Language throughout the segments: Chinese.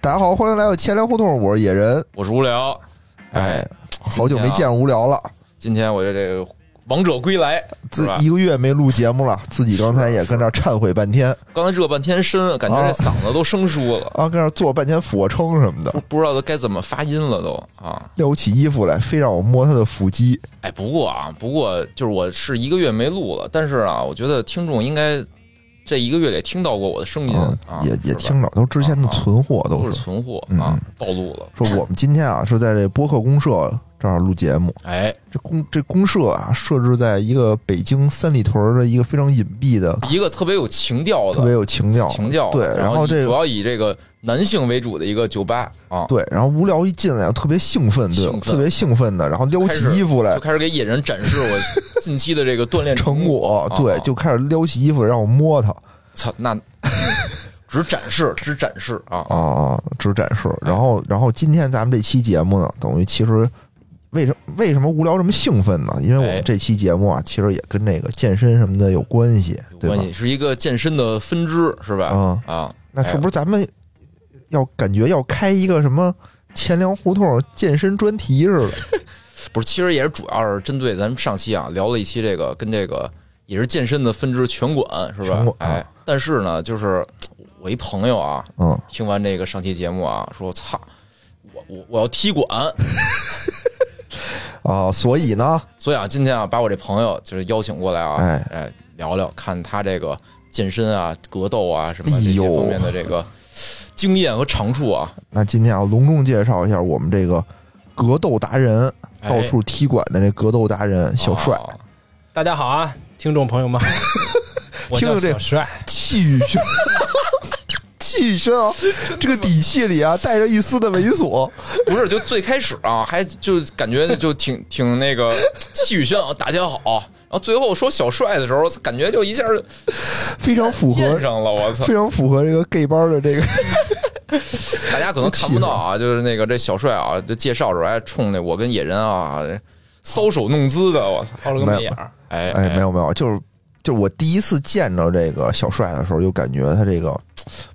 大家好，欢迎来到钱粮胡同，我是野人。我是无聊。哎，，今天啊好久没见无聊了，今天我就这个王者归来，自是吧？一个月没录节目了，自己刚才也跟这儿忏悔半天刚才热半天身，感觉啊这嗓子都生 疏了，啊，跟这儿做半天俯卧撑什么的，不知道该怎么发音了都啊。撩起衣服来，非让我摸他的腹肌。哎，不过啊，不过就是我是一个月没录了，但是啊，我觉得听众应该这一个月里听到过我的声音啊啊，也是也吧啊听着，都之前的存货都都是是。存货嗯啊，暴露了。说我们今天啊是在这播客公社这儿录节目，哎，这公这公社啊设置在一个北京三里屯儿的一个非常隐蔽的、一个特别有情调啊特别的。有情调的啊情调对的，然然后以这个主要以这个男性为主的一个酒吧啊，对，然后无聊一进来特别兴奋，对吧兴奋特别兴奋的，然后撩开起始衣服来就，开始给野人展示我近期的这个锻炼成果。果啊，对啊，就开始撩起衣服让我摸他操，那 只展示，只展示啊！啊啊，只展示。然后，然后今天咱们这期节目呢，等于其实为什么为什么无聊这么兴奋呢？因为我哎们这期节目啊，其实也跟这个健身什么的有关系，有对关吧？系是一个健身的分支，是吧？啊，啊，那是不是咱们要感觉要开一个什么钱粮胡同健身专题似的？不是，其实也是主要是针对咱们上期啊聊了一期这个跟这个也是健身的分支拳馆，是吧拳馆？啊哎，但是呢，就是我一朋友啊，嗯，听完这个上期节目啊，说操，我我我要踢馆，啊，所以呢，所以啊，今天啊，把我这朋友就是邀请过来啊，哎聊聊，看他这个健身啊、格斗啊什么哎这些呦方面的这个经验和长处啊，那今天啊，隆重介绍一下我们这个格斗达人，哎到处踢馆的这格斗达人小帅。啊大家好啊，听众朋 友们好，我听叫听这小帅，气宇 轩，气宇轩昂，这个底气里啊带着一丝的猥琐。不是，就最开始啊，还就感觉就挺挺那个气宇轩昂，大家好。然后最后说小帅的时候，感觉就一下就非常符合见，上 了，我操！非常符合这个 gay 班的这个。大家可能看不到啊，就是那个这小帅啊，就介绍时候还冲那我跟野人啊搔首弄姿的，我操！抛了个媚眼儿，哎 哎，没有没有，就是就是我第一次见着这个小帅的时候，就感觉他这个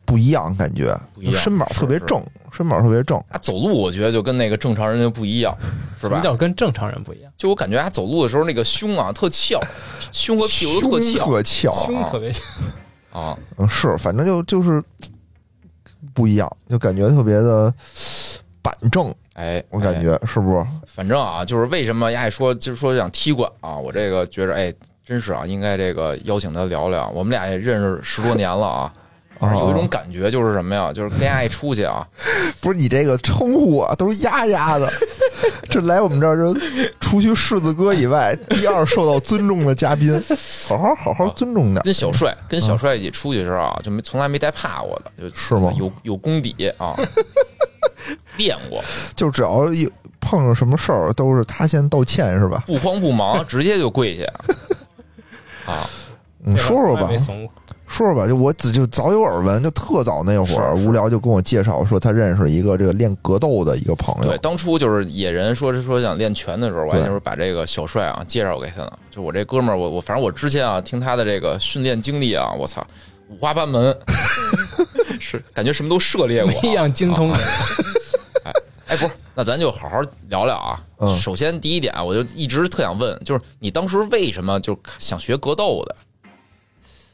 不一样，感觉不一样身板是特别是正，身板特别正。他走路我觉得就跟那个正常人就不一样，是什吧么？叫跟正常人不一样？就我感觉他走路的时候那个胸啊特翘，胸和屁股胸都特翘特翘，胸特别哦像，啊，嗯，是，反正就就是不一样，就感觉特别的板正，哎，我感哎觉是不是？ 反正啊，就是为什么丫爱说，就是说想踢馆啊，我这个觉着，哎，真是啊，应该这个邀请他聊聊。我们俩也认识十多年了啊，反正有一种感觉就是什么呀，就是跟丫爱出去啊，不是你这个称呼啊，都是丫丫的。 这来我们这儿，这除去柿子哥以外，第二受到尊重的嘉宾，好好好好尊重点。跟小帅跟小帅一起出去的时候啊，就没从来没带怕过的，就是吗有有功底啊， 练过，就只要一碰上什么事儿，都是他先道歉，是吧？不慌不忙，直接就跪下啊。嗯，说说吧没，怂过，说说吧。就我只就早有耳闻，就特早那会儿是是无聊就跟我介绍说，他认识一个这个练格斗的一个朋对，友。当初就是野人说说想练拳的时候，我还对就是把这个小帅啊介绍给他呢。就我这哥们儿，我我反正我之前啊听他的这个训练经历啊，我操，五花八 门，是感觉什么都涉猎过、啊，没一样精哦通的。哎，不是，那咱就好好聊聊啊。嗯首先第一点啊，我就一直特想问，就是你当时为什么就想学格斗的？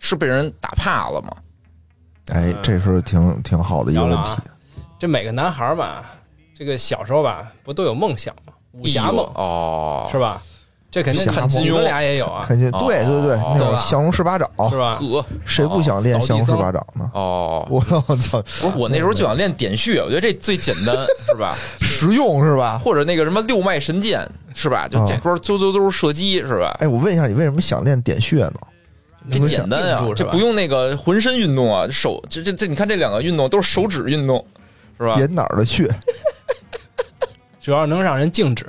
是被人打怕了吗？哎，这是挺挺好的一个问嗯聊聊题啊。这每个男孩儿吧，这个小时候吧，不都有梦想吗？武侠梦哦，是吧？这肯定武侠梦哦你们俩也有啊，看见哦对对对，哦那会对儿吧降龙十八掌，是吧？呵，谁不想练扫地降龙十僧八掌呢？哦，我 我操，不是我那时候就想练点穴，我觉得这最简 单，是吧？实用是吧？或者那个什么六脉神剑是吧？就假装啾啾啾射击是吧？哎，我问一下，你为什么想练点穴呢？这简单能呀定，住是这吧不用那个浑身运动啊，手这这这，你看这两个运动都是手指运动，是吧？点哪儿的穴？主要能让人静止。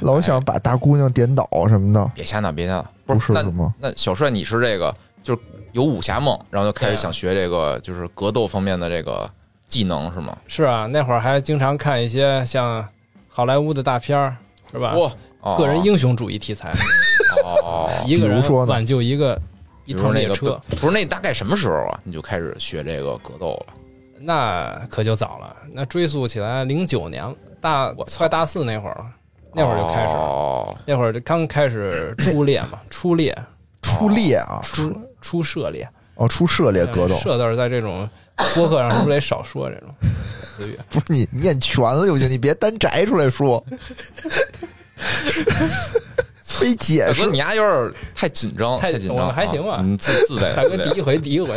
老想把大姑娘点倒什么的，别瞎闹，别瞎闹，不是是那是吗？那小帅你是这个就是有武侠梦，然后就开始想学这个就是格斗方面的这个技能是吗？是啊，那会儿还经常看一些像好莱坞的大片儿，是吧？哇，哦个人英雄主义题材，哦，一个比如人说呢挽救一个比 一如说趟那列个车。不是那大概什么时候啊？你就开始学这个格斗了？那可就早了，那追溯起来零九年了，大我快大四那会儿了，那会儿就开始了，哦那会儿就刚开始初猎 嘛，初猎出猎啊，初初涉猎，哎哦，出涉猎格斗，涉字儿在这种播客上是不是得少说 这种词语？不是你念全了就行，你别单摘出来 说，非解大释哥，。你丫有点太紧张，哎太紧我张，们还行吧啊你自自 在大自哥在第一回，第一回，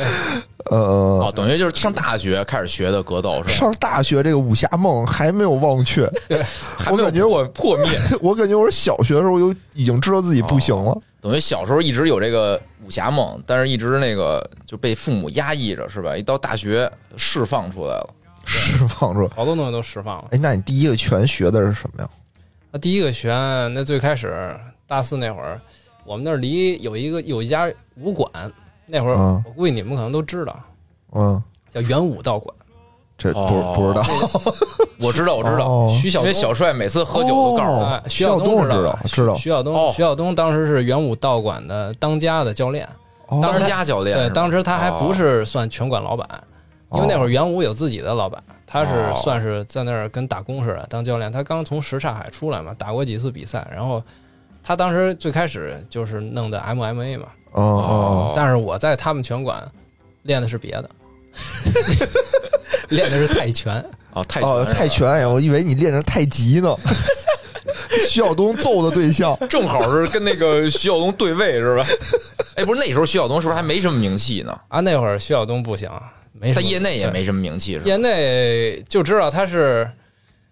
呃， 哦，等于就是上大学开始学的格斗是吧？上大学这个武侠梦还没有忘却，对，还没我有感觉我破灭， 我感觉我是小学的时候就已经知道自己不行 了。等于小时候一直有这个武侠梦，但是一直那个就被父母压抑着，是吧？一到大学释放出来了，释放出来。好多东西都释放了。哎，那你第一个拳学的是什么呀？那第一个学，那最开始大四那会儿，我们那儿离有一个有一家武馆，那会儿嗯我估计你们可能都知道，嗯，叫元武道馆。这不、哦不知道。我知道，我知道，哦徐晓因为东小帅每次喝酒都告诉我，哎哦徐晓东徐晓东知道吧知道徐晓哦东，徐晓东当时是元武道馆的当家的教练，哦当当时家教练是对，吧，当时他还不哦是算拳馆老板，因哦为那会儿元武有自己的老板，他哦是算是在那儿跟打工似的当教练。他刚从什刹海出来嘛，打过几次比赛，然后他当时最开始就是弄的 MMA 嘛，哦哦，但是我在他们拳馆练的是别的， 练的是泰拳。哦泰哦，拳，泰，拳！哎我以为你练成太极呢。 徐晓东揍的对象，正好是跟那个徐晓东对位是吧？ 哎，不是那时候徐晓东是不是还没什么名气呢？啊，那会儿徐晓东不行，没什在么业内也没什么名气是吧？业内就知道他是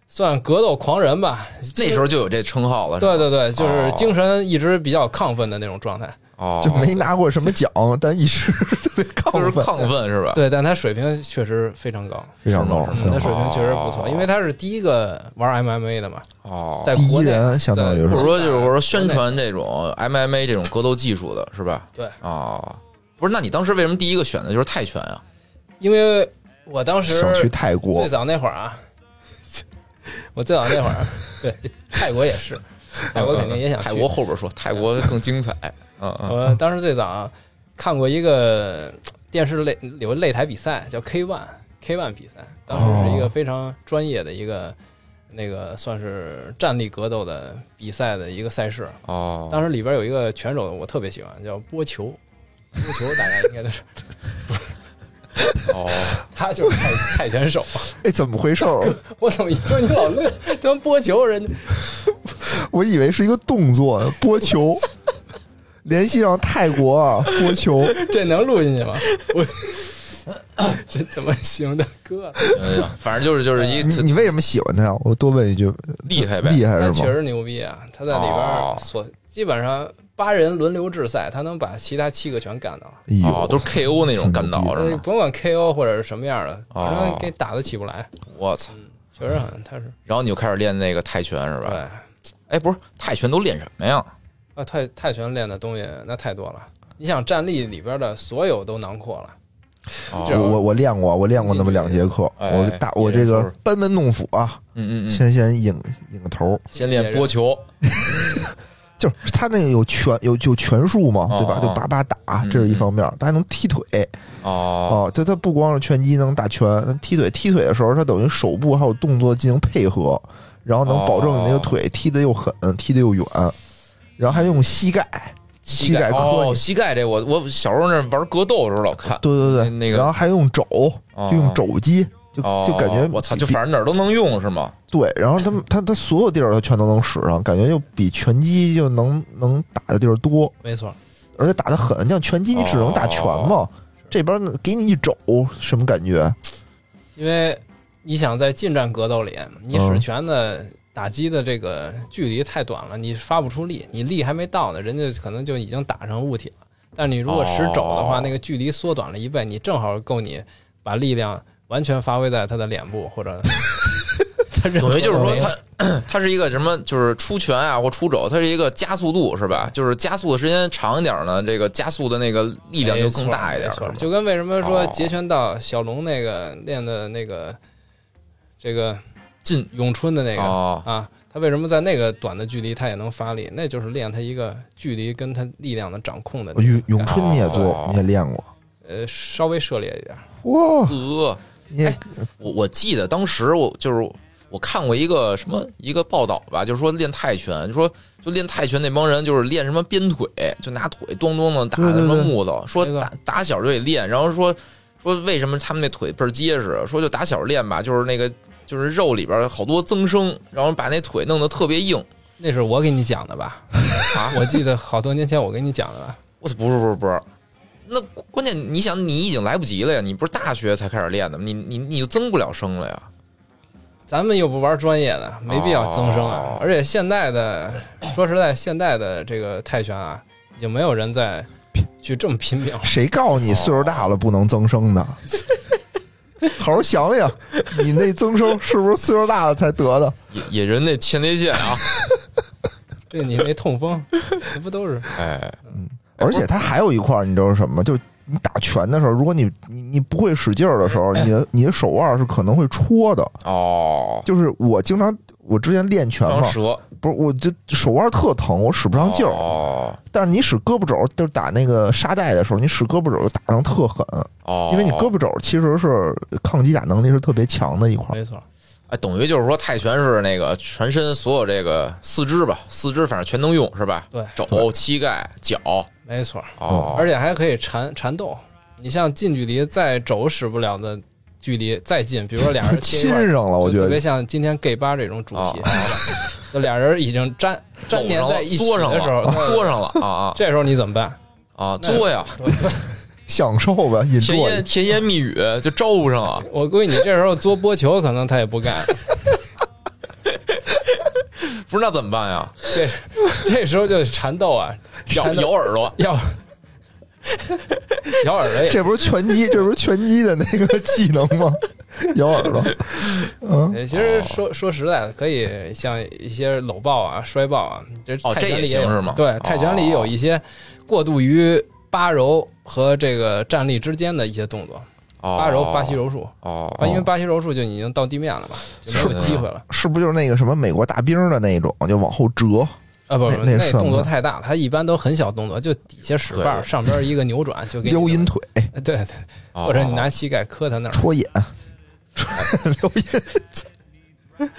算格斗狂人吧。那时候就有这称号了，是吧对对对，就是哦精神一直比较亢奋的那种状态。哦，就没拿过什么奖，但一直 特别就是亢奋，亢奋是吧？对，但他水平确实非常高，非常高是，非嗯，他常水高。平确实不错，哦因为他是第一个玩 MMA 的嘛，哦，在第一国内人相当于是或者在说就是说宣传这种 MMA 这种格斗技术的是吧？对哦，不是，那你当时为什么第一个选的就是泰拳啊？因为我当时想去泰国最，早那会儿啊， 我最早那会儿，啊对泰国也是，泰国肯定也想去。泰国后边说，泰国更精彩。嗯嗯，我当时最早看过一个电视类有个擂台比赛叫 K One K One 比赛，当时是一个非常专业的一个那个算是站立格斗的比赛的一个赛事。哦，当时里边有一个拳手我特别喜欢，叫波球，波球大家应该都是， 哦，他就是泰泰拳手。 哎，怎么回事儿？ 我怎么一说你老乐？他妈波球人家我以为是一个动作，播球。 联系上泰国啊，播球，这能录进去吗？我 这怎么行，大哥？啊行行哎反正就是就是一你你为什么喜欢他呀？我多问一句，厉害呗，嗯厉害他是确吗？实牛逼啊！他在里边哦儿所、基本上八人轮流制赛，他能把其他七个全干倒，哎哦呦，，都是 KO 那种干倒是呃吗？甭管 KO 或者是什么样的，哦反正给打的起不来。我操！确实很，他是然后你就开始练那个泰拳是对吧？哎，不是，泰拳都练什么呀？啊，泰泰拳练的东西那太多了。你想站立里边的所有都囊括了，哦这我我我练过，我练过那么两节课，哎我大我这个班门弄斧啊，嗯嗯嗯，先先引引个头，先练波球，就是他那个有拳有有拳术嘛，哦对吧？哦就叭叭打，嗯这是一方面，他还能踢腿哦哦，他他不光是拳击能打拳，踢腿踢腿的时候，他等于手部还有动作进行配合，然后能保证你那个哦腿踢得又狠，踢得又远，然后还用膝盖，膝盖磕哦，你膝盖这我我小时候那玩格斗的时候老看，对对对，那那个然后还用肘，就用肘击，就哦，就感觉我操，就反正哪儿都能用是 吗？对，然后他们他他所有地儿他全都能使上，感觉就比拳击就能能打的地儿多，没错，而且打的狠。像拳击你只能打拳嘛，哦这边呢给你一肘，什么感觉？哎因为你想在近战格斗里，你嗯使拳的打击的这个距离太短了，你发不出力，你力还没到呢，人家可能就已经打上物体了。但你如果使肘的哦话，那个距离缩短了一倍，你正好够你把力量完全发挥在他的脸部或 者他任等何于就是说部位它，它 是一个什么，就是出拳啊或出肘，它是一个加速度是吧？就是加速的时间长一点呢，这个加速的那个力量就更大一点没，错是吧就跟为什么说哦截拳道小龙那个练的那个这个进咏春的那个哦啊，他为什么在那个短的距离他也能发力？那就是练他一个距离跟他力量的掌控的那个咏咏春你也做哦，你也练过，呃稍微涉猎一点。哇！呃，你也我我记得当时我就是我看过一个什么一个报道吧，就是说练泰拳，就说就练泰拳那帮人就是练什么鞭腿，就拿腿咚咚的打对对什么对木头，没说错打打小就得练，然后说说为什么他们那腿倍儿结实，说就打小练吧，就是那个就是肉里边好多增生，然后把那腿弄得特别硬那是我给你讲的吧？啊！ 我记得好多年前我给你讲的吧？我操，不是不是不是，那关键你想你已经来不及了呀，你不是大学才开始练的吗？你你你就增不了生了呀。咱们又不玩专业的，没必要增生啊哦。而且现代的，说实在，现代的这个泰拳啊，已经没有人再去这么拼命了。谁告哦诉你岁数大了不能增生 的？好好想想，你那增生是不是岁数大了才得的？野野人那前列腺啊，对你那痛风，这不都是 哎，而且它还有一块儿，你知道是什么吗？就是你打拳的时候，如果你你你不会使劲儿的时候，你的你的手腕是可能会戳的。哦，就是我经常我之前练拳当嘛，蛇不是我这手腕特疼，我使不上劲儿。哦但是你使胳膊肘，就是打那个沙袋的时候，你使胳膊肘就打成特狠，哦，因为你胳膊肘其实是抗击打能力是特别强的一块儿。没错？哎，等于就是说泰拳是那个全身所有这个四肢吧，四肢反正全能用是吧？对肘、膝盖、脚，没错，嗯哦，而且还可以缠缠斗。你像近距离再肘使不了的距离再近，比如说俩人贴一 亲块儿上了，我就觉特别得像今天 gay 吧这种主哦题，就俩人已经粘粘搂连上在了，一起作上的了，时候，作上了 啊这时候你怎么办？啊啊，那作呀，享受吧，引甜住言甜言蜜语就招呼上了，我估计你这时候作波球，可能他也 不干。不是那怎么办 呀？这这时候就得缠斗啊，咬缠斗咬耳朵，要 咬耳朵也这不是拳击，这不是拳击的那个技能吗？ 咬耳朵，嗯，呃对，其哦实说说实在的，可以像一些搂抱啊、摔抱啊，这哦泰拳这也里行有是吗哦对，泰拳里有一些过渡于八柔和这个站立之间的一些动作，哦八柔、巴西柔术，啊哦，因为巴西柔术就已经到地面了嘛，就没有机会了。是不是就是那个什么美国大兵的那种，就往后折？啊，不那不，那那是动什作么太大了，它一般都很小动作，就底下使绊，对上边一个扭转 就给你撩阴腿、哎对对，哦或者你拿膝盖磕他那儿， 戳眼、撩阴，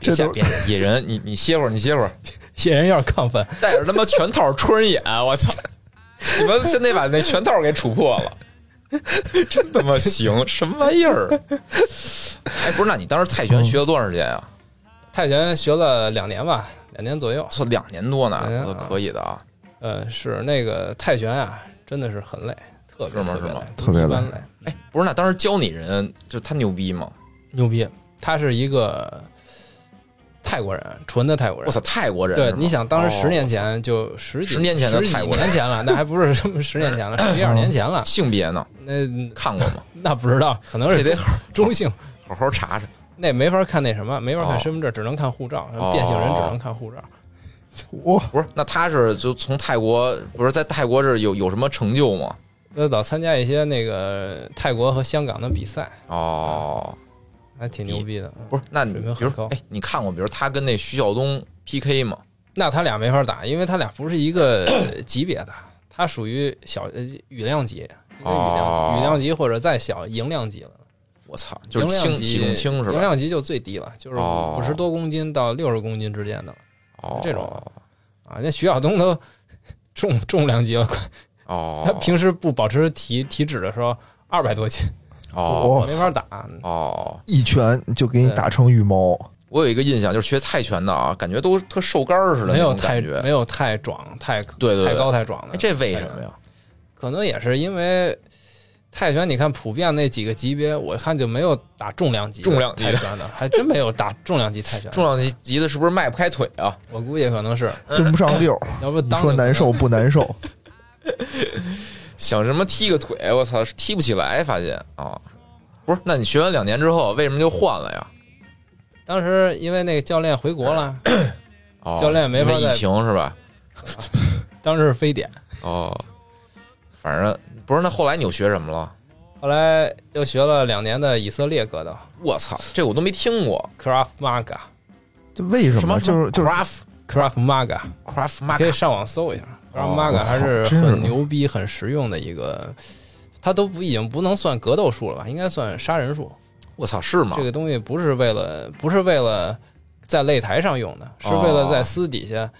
这下都边野人，你你歇会儿，你歇会儿，些人有点亢奋，戴着他妈拳套戳人眼，我操！你们现在把那拳套给杵破了，真他妈行，什么玩意儿？啊哎，不是，那你当时泰拳学了多长时间啊？泰拳学了两年吧，两年左右。操，两年多呢，哎呀我说可以的啊。呃，是那个泰拳啊，真的是很累，特别是吗特别是吗累，特别一累般累，不是，那当时教你人就他牛逼吗？牛逼！他是一个泰国人，纯的泰国我人。操，泰国人是对吗，你想当时十年哦前就十几10年前的泰国十人几年 前了，那还不是什么十年前了，十一二年前了，性别呢？那看过 吗？那不知道，可能这是得中 中性，好好查查。那没法看那什么，没法哦看身份证，只能看护照哦，变性人只能看护照。我不是，那他是就从泰国，不是在泰国这有有什么成就吗？那老参加一些那个泰国和香港的比赛，哦，还挺牛逼的。不是，那你水平比很如高哎，你看过比如他跟那徐晓东 PK 吗？那他俩没法打，因为他俩不是一个 呃级别的，他属于小呃羽量级，一个羽量哦级，羽量级或者再小银量级了。我操，就是银轻量级体重轻是银吧？量级就最低了，就是哦五十多公斤到六十公斤之间的了哦，这种啊。那徐晓东都 重重量级了，快哦，他平时不保持体体脂的时候二百多斤，哦我没法打。哦，一拳就给你打成羽毛，我有一个印象，就是学泰拳的啊，感觉都特瘦干儿似的没那有种太感觉。没有太壮太对对对太高太壮哎的，这为什么呀？可能也是因为泰拳，你看普遍那几个级别，我看就没有打重量级的重量级的泰拳的，还真没有打重量级泰拳的。重量哎级级的是不是迈不开腿啊？我估计可能是，跟不上溜儿。要不你当说难受不难受？想什么踢个腿，我操，踢不起来，发现啊，不是？那你学完两年之后，为什么就换了呀？当时因为那个教练回国了，哦，教练没因法为疫再情是吧？当时是非典，哦，反正不是。那后来你又学什么了？后来又学了两年的以色列格斗我操，这我都没听过。 （Krav Maga），Krav 这为什么？就是就是 craft Maga， craft 你可以 mark 上网搜一下哦，Krav Maga 还是真是很牛逼、很实用的一个它都不已经不能算格斗术了吧，应该算杀人术。我操，是吗这？个东西不是为了不是为了在擂台上用的，是为哦了在私底下。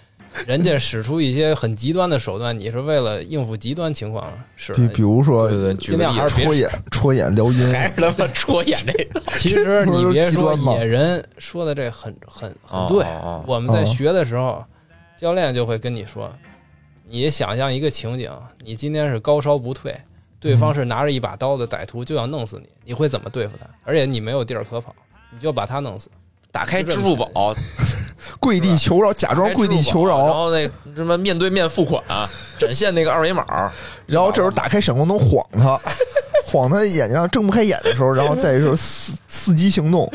人家使出一些很极端的手段，你是为了应付极端情况使比的。比如说对对，举个尽量例还子是别戳眼、戳眼、撩 阴，还是他妈戳眼这个，其实这不是你别极说端吗野人说的这很很哦很对哦哦，我们在哦学的时候，教练就会跟你说，你想象一个情景，你今天是高烧不退，对嗯方是拿着一把刀的歹徒就要弄死你，你会怎么对付他？而且你没有地儿可跑，你就把他弄死。打开支付宝，跪地求饶，假装跪地求然饶，后那什么面对面付款，啊展现那个二维码，然后这时候打开闪光灯晃他，晃他眼睛上睁不开眼的时候，然后再就是伺伺机行动，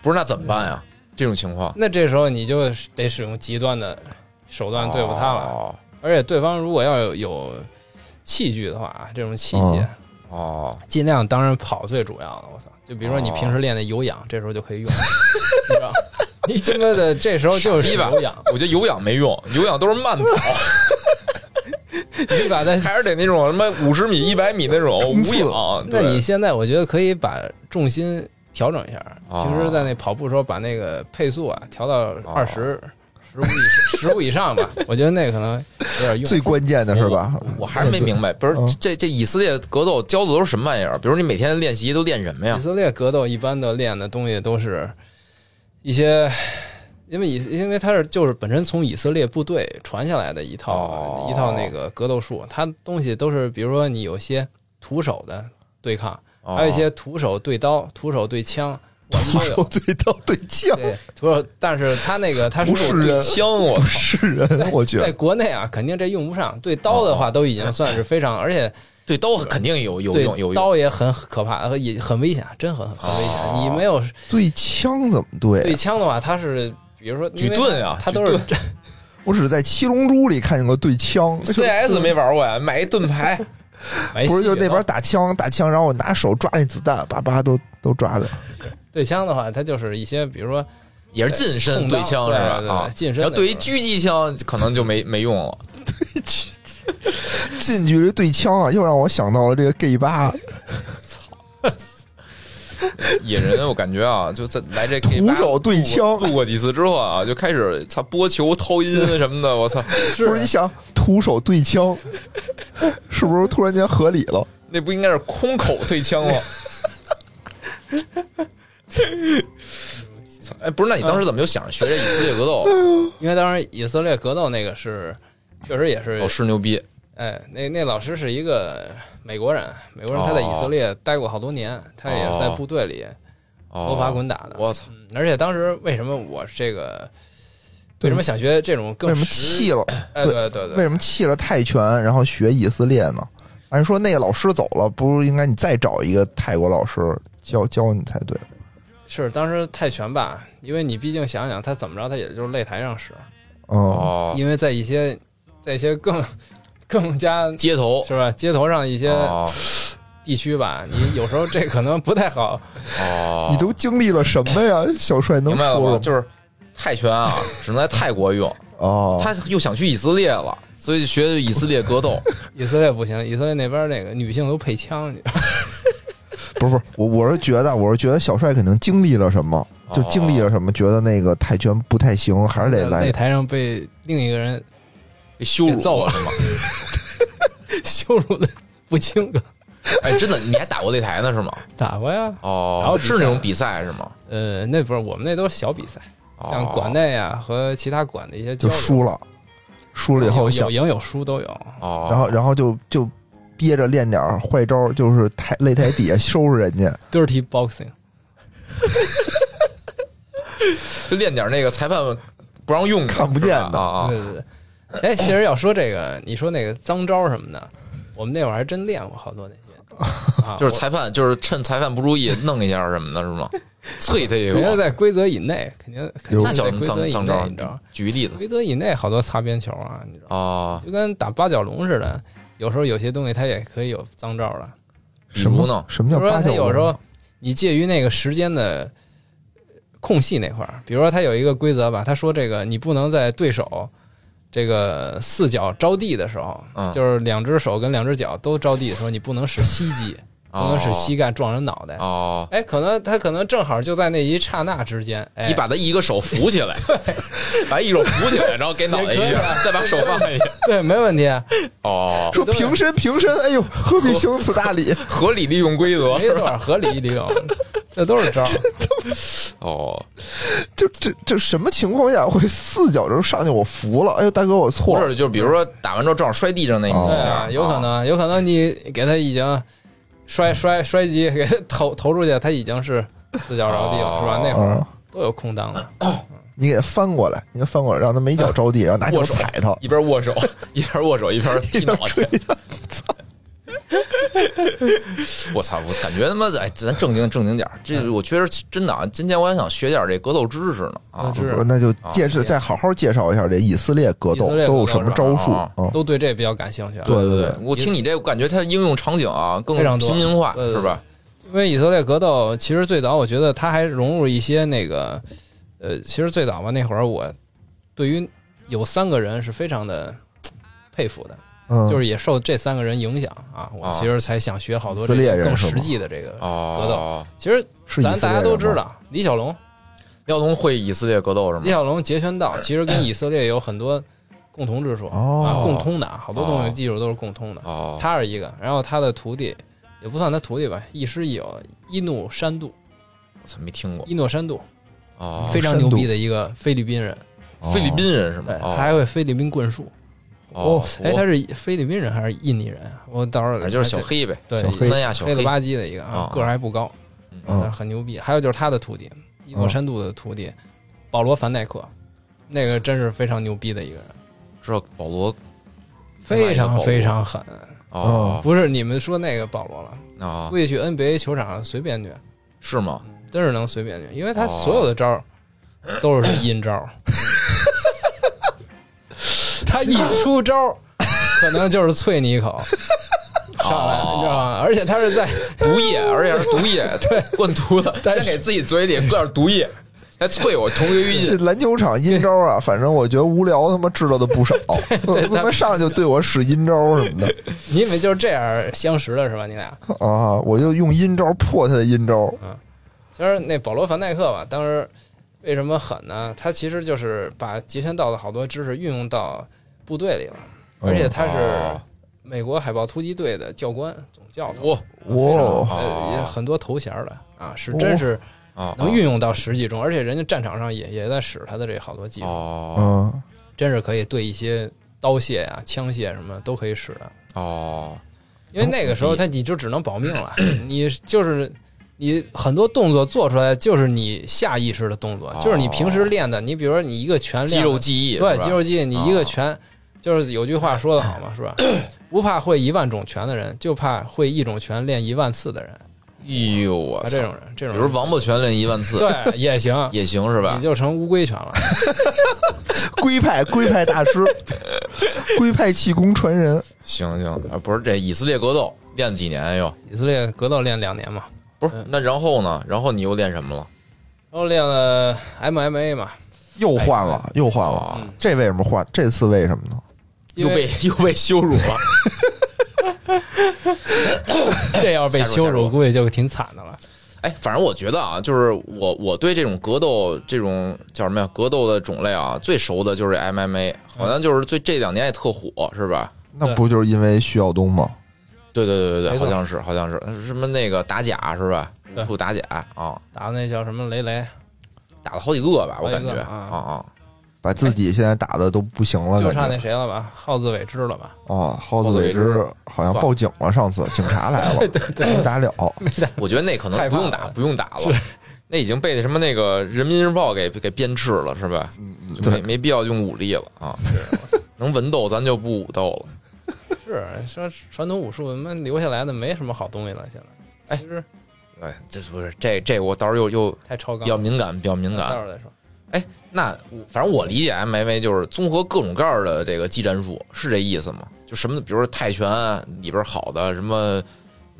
不是那怎么办呀？这种情况那这时候你就得使用极端的手段嗯对付他了。哦而且对方如果要有有器具的话啊，这种器械哦哦，尽量当然跑最主要了。我操，就比如说你平时练的有氧，这时候就可 以用，你知道？你他妈的这时候就是逼吧有氧，我觉得有氧没用，有氧都是慢跑， 你把它。还是得那种什么五十米、一百米那种冲无刺氧。那 对你现在我觉得可以把重心调整一下，哦平时在那跑步时候把那个配速啊调到二十、十五以十五以上吧，我觉得那可能有点用。最关键的是吧？我还是没明白，不是嗯这这以色列格斗教的都是什么玩意儿？比如你每天练习都练什么呀以？色列格斗一般的练的东西都是一些，因为以因为它是就是本身从以色列部队传下来的一套、哦一套那个格斗术，它东西都是比如说你有些徒手的对抗，哦还有一些徒手对刀、徒手对枪，我们徒都手有。对刀对枪，对，徒手，但是他那个他不是是人，枪，我不是人，我觉在得哦国内啊，肯定这用不上。对刀的话，都已经算是非常，而且对刀肯定有有对用有用。刀也很可怕，呃也很危险，真很很危哦险。你没有对枪怎么对对？啊枪的话，它是比如说举盾啊因为它它都是我只在《七龙珠》里看见过对 枪， CS 没玩过呀，买一盾牌，没戏不啊是啊就那边刀打枪打枪，然后我拿手抓那子弹，叭叭都都抓 着。对枪的话，它就是一些比如说也是近身冲对刀枪是对吧？对对啊，近身然后那对于种狙击枪可能就没没用 了。近距离对枪啊，又让我想到了这个 gay 吧，啊野人，我感觉啊，就在来这 K 徒手对枪录过几次之后啊，就开始操播球、掏音什么的，我 操，不是你想徒手对枪， 是不是突然间合理了？那不应该是空口对枪 吗？操哎，不是，那你当时怎么就想着学这以色列格斗？啊嗯因为当然以色列格斗那个是确实也是老师牛逼哎，那那老师是一个美国人，美国人他在以色列待过好多年，他也是在部队里摸哦！爬滚打的。我操！嗯而且当时为什么我这个为什么想学这种为更什么实弃了？哎，对对为对，什么弃了泰拳，然后学以色列呢？按说那个老师走了，不是应该你再找一个泰国老师教教你才对？是当时泰拳吧，因为你毕竟想想，他怎么着，他也就是擂台上使，嗯，哦，因为在一些在一些更更加街头是吧街头上一些哦地区吧，你有时候这可能不太好。哦，你都经历了什么呀？小帅能明白了说吗？说吗？就是泰拳啊，只能在泰国用。哦，他又想去以色列了，所以就学以色列格斗。以色列不行，以色列那边那个女性都配枪，你知道吗 不是不是，我我是觉得，我是觉得小帅肯定经历了什么， 就经哦历了什么，觉得那个泰拳不太行，还是得呃在擂来。台上被另一个人 给羞辱揍我 了是吗？羞辱的不轻了，哎，真的，你还打过擂台呢是吗？打过呀。然哦后，是那种比赛是吗？呃，那不是我们那都是小比赛，哦像馆内啊和其他馆的一些就交流输了，输了以后有想有，赢有输都有。哦，然后然后就就憋着练点儿坏招儿，就是台擂台底下收拾人 家。 Dirty boxing，就练点那个裁判不让用的、看不见的是吧啊啊对对对。哎，其实要说这个，你说那个脏招什么的，我们那会儿还真练过好多那些，啊 就是裁判，就是趁裁判不注意弄一下什么的，是 吗？啐他一我肯定是口，在规则以内，肯定肯定那是叫在什么规则脏以脏内，招你知道吗？？举个例子规则以内好多擦边球啊，你知道吗，哦，就跟打八角笼似的，有时候有些东西它也可以有脏招了。比什么如呢？什么比叫如说八他角笼？啊有时候你介于那个时间的空隙那块儿，比如说他有一个规则吧，他说这个你不能在对手这个四脚着地的时候，嗯就是两只手跟两只脚都着地的时候，你不能使膝击，不能使膝盖撞人脑袋。哦，哎，可能他可能正好就在那一刹那之间，哎，你把他一个手扶起 来，把一手扶起来，然后给脑袋一也可以啊下，再把手放下。对，没问题，啊 哦，说平身平身，哎呦，何必行此大礼？合理利用规则没 错，合理利用，这都是招儿。哦，就这这什么情况下会四脚就上去？我服了，哎呦，大哥，我错不了。是，就比如说打完之后正好摔地上那一哦对下啊，，有可能，有可能你给他已经摔摔摔击，给他投投出去，他已经是四脚着地了，是吧？那会儿嗯，都有空档了。你给他翻过来，你给他翻过来，让他没脚着地，然后拿脚握手踩他。一边握 手，一边握手，一边 踢脑袋。我操！我感觉他妈哎，咱正经正经点儿。哎这我确实真的啊，今天我还想学点这格斗知识呢啊嗯是我说那就介绍啊再好好介绍一下这以色列格以斗色列都有格斗什么是吧招数啊嗯都对这比较感兴趣啊。对对对，我听你这，我感觉它的应用场景啊更非常多平民化，对对是吧？因为以色列格斗其实最早，我觉得它还融入一些那个，呃，其实最早吧那会儿，我对于有三个人是非常的佩服的，嗯，哦就是也受这三个人影响啊，我啊其实才想学好多以这色列个人更是实吗际的这个。格哦，其实是以咱色大列家都人知吗，道，李小龙，廖东会以色列格斗是李吗？小龙截拳道其实跟以色列有很多共同之处哦啊，共通的啊，好多东哦西技术都是共通的。哦，他是一个，然后他的徒弟也不算他徒弟吧，亦师亦友，伊诺山度，我操，没听过伊诺山度哦，非常山牛度逼的一个菲律宾人，哦菲律宾人是吗对，？哦他还会菲律宾棍术。哦，哎，我他是菲律宾人还是印尼人啊？我到时候反正就是小黑呗，对小东南亚小哦黑了吧唧的一个啊啊，个儿还不高，但是嗯，很牛逼。还有就是他的徒弟伊哦诺山度的徒弟保罗凡代克，那个真是非常牛逼的一个人，知道保罗非常非常狠。哦不是你们说那个保罗了，哦估计去 NBA 球场上随便虐，是吗？真是能随便虐，因为他哦所有的招儿都是阴招儿，他一出招儿可能就是啐你一口，上来哦你知道吗？而且他是在毒液，而且是毒液， 对，灌毒的，但先是给自己嘴里灌点毒液，再啐我，同归于这尽。篮球场阴招啊，反正我觉得无聊他妈知道的 不少， 他妈上来就对我使阴招什么的你们就是这样相识的是吧？你俩啊，我就用阴招破他的阴招，其实那保罗凡代克吧，当时为什么狠呢？他其实就是把截拳道的好多知识运用到部队里了， 而啊且他是哦美国海豹突击队的教官、总教头。哇哇哦呃也很多头衔的啊，是真是哦，能运用到实际中，而且人家战场上也也在使他的这好多技术，哦嗯，真是可以对一些刀械啊、枪械什么都可以使的。哦因为那个时候他你就只能保命了，你就是你很多动作做出来就是你下意识的动作哦，就是你平时练的。你比如说你一个拳肌练的肉记忆对肌肉记忆，你一个哦拳就是有句话说的好 嘛，是吧？不怕会一万种拳的人，就怕会一种拳练一万次的人。忆，哎呦我啊，操这！种人，这比种如人王八拳练一万次对也行， 也行是吧你？就成乌龟拳了。 龟派龟派大师，龟派气功传人，行行，啊不是这以色列格斗练了几年又以色列格斗练两年嘛，不是？那然后呢？然后你又练什么了？然后练了 MMA 嘛，又换了哎又换了，嗯啊，这为什么换？这次为什么呢？因又被为又被羞辱了。 这要被下手羞下手辱，估计就挺惨的了。哎，反正我觉得啊，就是我我对这种格斗这种叫什么呀？格斗的种类啊，最熟的就是 MMA，好像就是最这两年也特火，是吧？那不就是因为徐耀东吗？对对对对没对，错好像是好像是什么那个打假是吧？对武术打假啊，打那叫什么雷雷，打了好几个吧，我感觉好几个啊啊啊，把自己现在打的都不行了，就感差觉那谁了吧，浩字伟之了吧？哦，耗耗子子尾尾汁汁好像算报警了，上次警察来了，没打了。我觉得那可能害不怕用打，不用打了。那已经被那什么那个人民日报给给鞭笞了，是吧？就没嗯对没必要用武力了啊。能文斗咱就不武斗了。是说传统武术他妈留下来的没什么好东西了，现在哎其实哎，这不是这这我到时候又又太超比纲较了。敏感，比较敏待会感。儿再说，哎，那我反正我理解 MMA 就是综合各种各样的啊这个技战术，是这意思吗？就什么，比如说泰拳里边好的什么。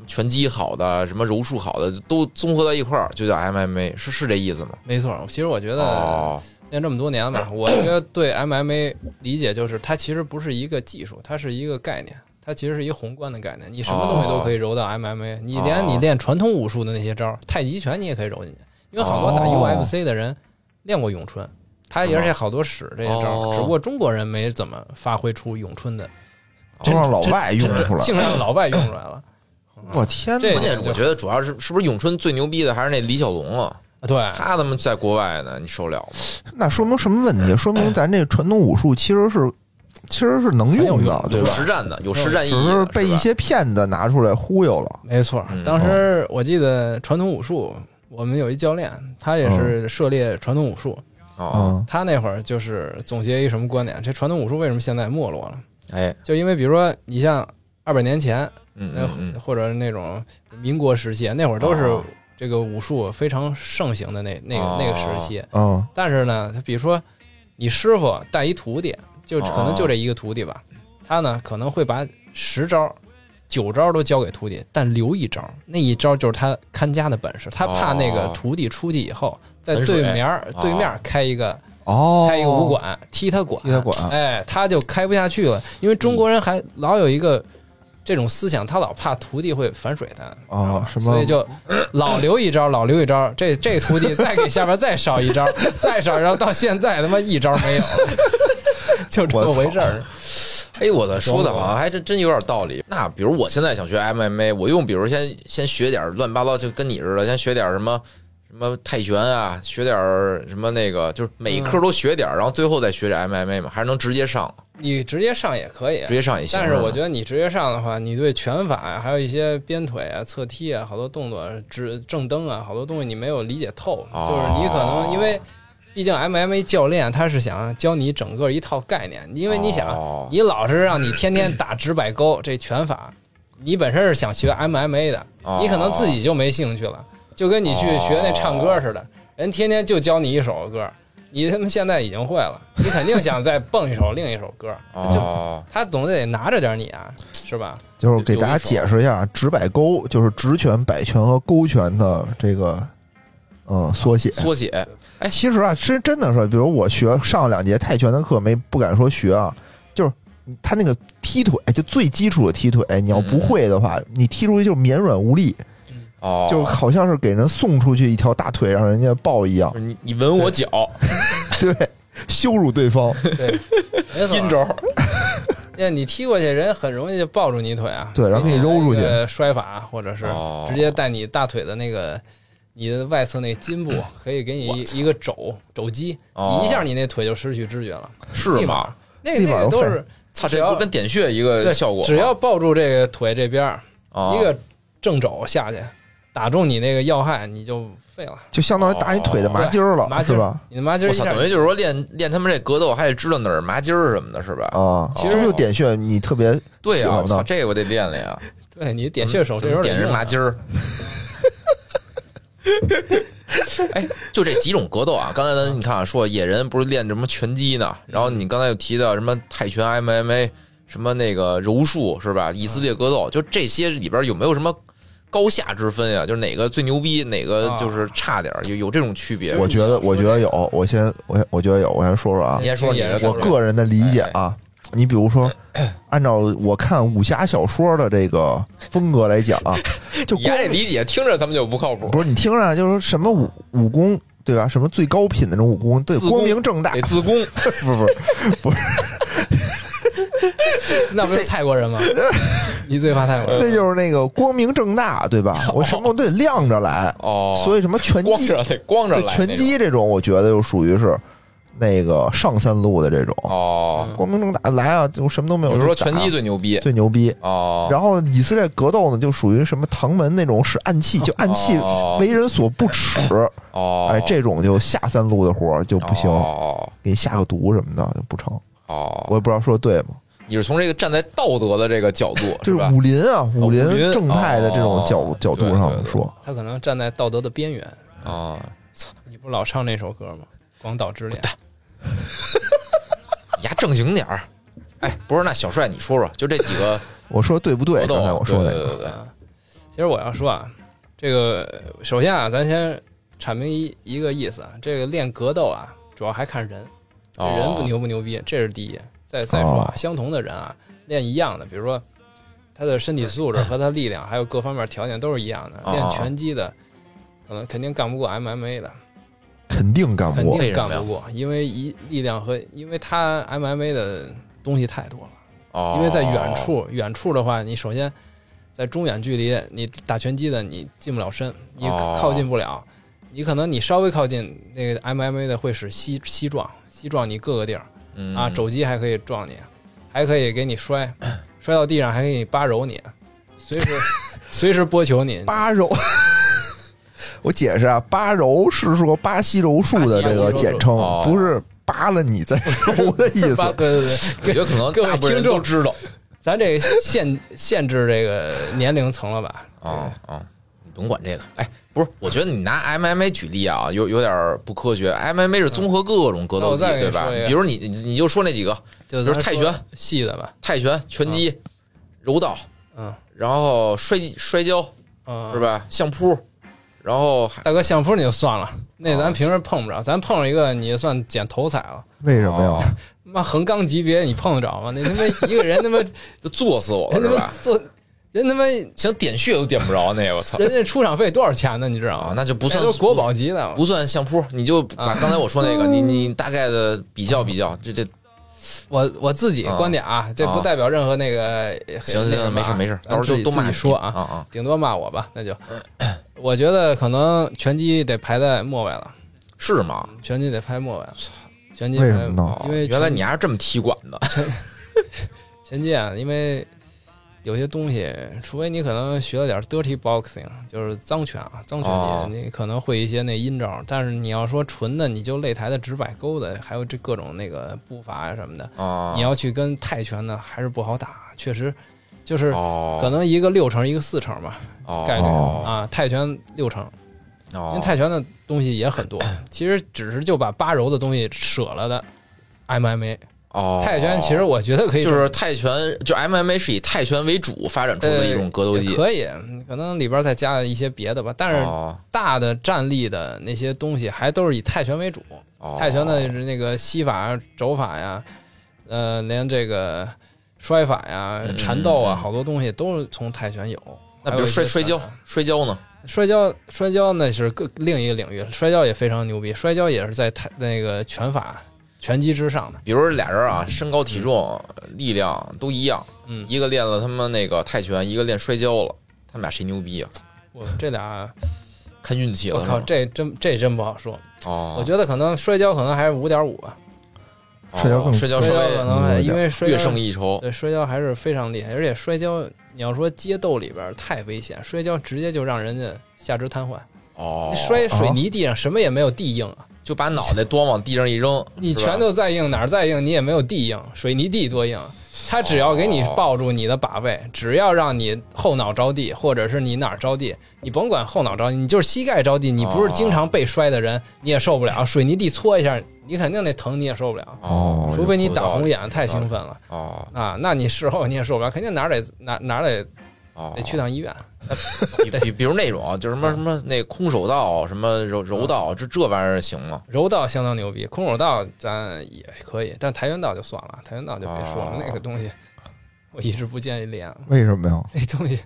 拳击好的，什么柔术好的，都综合到一块儿，就叫 MMA，是是这意思吗？没错，其实我觉得哦，练这么多年吧，我觉得对 MMA 理解就是它其实不是一个技术，它是一个概念，它其实是一个宏观的概念。你什么东西都可以揉到 MMA，你连你练传统武术的那些招儿，太极拳你也可以揉进去，因为好多打哦 UFC 的人练过咏春，他也而且好多使这些招哦儿，只不过中国人没怎么发挥出咏春的，就哦让老外用出来。竟然老外用出来了。我天这哪关！键就是我觉得主要是是不是咏春最牛逼的还是那李小龙啊？啊对，他他妈在国外呢，你受了吗？那说明什么问题？说明咱这传统武术其实是其实是能用的，对有吧？实战的，有实战只意义的，是被一吧些骗子拿出来忽悠了。没错嗯，当时我记得传统武术，我们有一教练，他也是涉猎传统武术，哦，嗯，他那会儿就是总结一什么观点，这传统武术为什么现在没落了？哎，就因为比如说你像二百年前，嗯哎那嗯嗯，或者那种民国时期，那会儿都是哦这个武术非常盛行的那那个哦那个时期。嗯，但是呢，他比如说你师傅带一徒弟，就可能就这一个徒弟吧，他呢可能会把十招。九招都交给徒弟，但留一招，那一招就是他看家的本事。他怕那个哦徒弟出去以后，在浑水对面儿哦对面儿开一个哦，开一个武馆，踢他馆，踢他馆哎，他就开不下去了，因为中国人还老有一个这种思想，他老怕徒弟会反水他，哦知道吧什么所以 就老留一招，老留一招，这这 徒弟再给下边再少一招，再少一招，到现在他妈一招没有，就这么回事儿。哎，我的说的好中像还真真有点道理。那比如我现在想学 MMA，我用比如先先学点乱七八糟，就跟你似的，先学点什么什么泰拳啊，学点什么那个，就是每一科都学点，然后最后再学点 MMA 嘛，还是能直接上，你直接上也可以啊直。接上也行。但是我觉得得你直接上的话，你对拳法呀、还有一些鞭腿啊、侧踢啊，好多动作、直正蹬啊，好多东西你没有理解透，哦就是你可能因为，毕竟 MMA 教练他是想教你整个一套概念，因为你想，哦你老是让你天天打直摆勾这拳法，你本身是想学 MMA 的，哦你可能自己就没兴趣了，就跟你去学那唱歌似哦的，人天天就教你一首歌，你他妈现在已经会了，你肯定想再蹦一首另一首歌，哦，他总得拿着点你啊，是吧？就是给大家解释一下，直摆勾就是直拳、摆拳和勾拳的这个嗯缩写。缩写哎其实啊，真真的是，比如我学上两节泰拳的课，没不敢说学啊，就是他那个踢腿，就最基础的踢腿，哎你要不会的话，你踢出去就是绵软无力，哦， 就是好像是给人送出去一条大腿，让人家抱一 样就，是你你吻我脚，对，羞辱对方，对，没错阴招那你踢过去，人很容易就抱住你腿啊，对然后给你揉出去，摔法或者是哦直接带你大腿的那个你的外侧那筋部，可以给你一一个肘肘击，哦你一下你那腿就失去知觉了， 是 立吗马？那立马那就个都废是操，只这要不跟点穴一个对效果吗？只要抱住这个腿这边儿，哦一个正肘下去，打中你那个要害，你就废了，就相当于打你腿的麻筋儿了，哦对麻是筋儿吧？？你的麻筋儿我一操，下等于就是说练练他们这格斗，还得知道哪儿麻筋儿什么的，是吧？啊，其实这不就点穴你特别对喜呀、欢我操，的，这个我得练练啊！对你点穴手这怎时候么得点人用麻啊筋 儿。哎，就这几种格斗啊！刚才咱你看啊，说野人不是练什么拳击呢？然后你刚才又提到什么泰拳、MMA，什么那个柔术是吧？以色列格斗，就这些里边有没有什么高下之分啊？就是哪个最牛逼，哪个就是差点儿，有有这种区别？我觉得我觉得有，我先我先我觉得有，我先说说啊你，先说你的我说我说个人的理解哎啊，你比如 说，按照我看武侠小说的这个风格来讲 啊，就你光爱理解，听着他们就不靠谱，不是你听着，啊就是说什么武武功对吧？什么最高品的那种武功，得自宫光明正大得，自宫。不不，那不是泰国 人吗？你最怕泰国人那就是那个光明正大，对吧？我什么都得亮着来，哦， 所以什么拳光击，着得光着对来拳那种击这种，我觉得就属于是那个上三路的这种，哦，光明正大来啊，就什么都没有嗯比就如打啊。说拳击最牛逼最牛逼，哦，然后以色列格斗呢，就属于什么唐门那种使暗器，就暗器哦为人所不齿，哦，哎，这种就下三路的活儿就不行，哦给你下个毒什么的就不成。我哦，也不知道说的对吗？你是从这个站在道德的这个角度 就是哦吧哦是？武林啊，武林武林正派的这种角哦角度对对上对说，他可能站在道德的边缘。哦，你不老唱那首歌吗？《广岛之恋》你还正经点儿。哎，不是，那小帅，你说说，就这几个我说对不对？格斗刚才我说那对个，对对对，其实我要说啊，这个首先啊，咱先阐明一一个意思啊，这个练格斗啊，主要还看人，这人不哦，牛不牛逼，这是第一。再再说、啊哦，相同的人啊，练一样的，比如说他的身体素质和他力量，还有各方面条件都是一样的。哦练拳击的，可能肯定干不过 MMA 的，肯定干不肯过。定为什干么呀不过，因为一力量和因为他 MMA 的东西太多了。哦，因为在远处，远处的话，你首先在中远距离，你打拳击的你近不了身，你哦靠近不了，你可能你稍微靠近那个 MMA 的会使膝膝撞，膝撞你各个地儿嗯啊，肘击还可以撞你，还可以给你摔，摔到地上还可以扒揉你，随时 随时拨球你。八柔， 我解释啊，八柔是说巴西柔术的这个简称巴西柔，术哦不是扒了你再揉的 意扒思。对对对，我觉得可能 各位哦大部分人听众都知道。咱这个限 限制这个年龄层了吧？啊啊，你甭管这个。哎，不是，我觉得你拿 MMA 举例啊，有有点儿不科学。MMA 是综合各种格那斗嗯哦我技，再给你对吧说一？个比如你你你就说那几个，就比如咱泰说拳系的吧，泰拳、拳击、柔道，嗯然后摔摔跤嗯，哦是吧？相扑，然后还大哥，相扑你就算了，那啊咱平时碰不着，咱碰上一个你就算捡头彩了。为什么哦呀？妈，横纲级别你碰得着吗？那他妈一个人 他妈人就作死我了他哦是妈吧？做人他妈想点穴都点不着那个，我操！人家出场费多少钱呢？你知道啊吗，？那就不那算都是国宝级的。不算相扑，你就把啊刚才我说那 个，你你大概的比较比较，这这我我自己观点啊，这不代表任何那个。哦行行那个行，嘛没事没事，咱到时候自就己都自骂己你说啊啊，啊，顶多骂我吧，那就。 我觉得可能拳击得排在末尾了，是吗？拳击得排末尾了。拳击为排什么呢？哦啊因为原来拳你还是这么踢馆的，前进啊，因为有些东西，除非你可能学了点 dirty boxing，就是脏拳啊，脏拳哦你你可能会一些那阴招，但是你要说纯的，你就擂台的直摆钩的，还有这各种那个步伐啊什么的，啊，哦你要去跟泰拳呢，还是不好打，确实就是哦，可能一个六成一个四成吧，哦概率哦啊，泰拳六成，因哦为泰拳的东西 也很多，其实只是就把八柔的东西舍了的 MMA，哦，泰拳其实我觉得可以就说呃是泰拳，就 MMA 是以泰拳为主发展出的一种格斗也技，可以，可能里边再加一些别的吧。但是哦大的站立的那些东西还都是以泰拳为主，哦泰拳的就是那个膝法啊、肘法呀，呃，连这个摔法呀嗯、缠斗啊，嗯嗯好多东西都是从泰拳有。那比还有如一摔些摔跤散打，摔跤呢？摔跤，摔跤那是更另一个领域，摔跤也非常牛逼，摔跤也是在泰那个拳法、拳击之上的。比如说俩人啊，身高体重、力量都一样，嗯，一个练了他妈那个泰拳，一个练摔跤了，他们俩谁牛逼啊？我这俩，看运气了我是吗。靠，这真这真不好说。哦，我觉得可能摔跤可能还是五点五吧。哦摔跤更摔跤摔稍跤可微能还因为摔略跤胜一筹。对摔跤还是非常厉害，而且摔跤你要说街斗里边儿太危险，摔跤直接就让人家下肢瘫痪。哦你，摔水泥地上什么也没有地硬啊，就把脑袋多往地上一扔，你是吧拳头再硬哪儿再硬你也没有地硬，水泥地多硬。他只要给你哦抱住你的把位，只要让你后脑着地，或者是你哪儿着地，你甭管后脑着地，你就是膝盖着地，你不是经哦常被摔的人，你也受不了。水泥地搓一下，你肯定那疼你也受不了，哦哦除非你打红眼眼太兴奋了。哦啊，那你事后你也受不了，肯定哪儿得哪哪儿得哦得去趟医院。比比比如那种就什么什么那空手道什么柔柔道这这玩意儿行吗？柔道相当牛逼，空手道咱也可以，但跆拳道就算了，跆拳道就别说了，哦那个东西我一直不建议练，为什么呀？那东西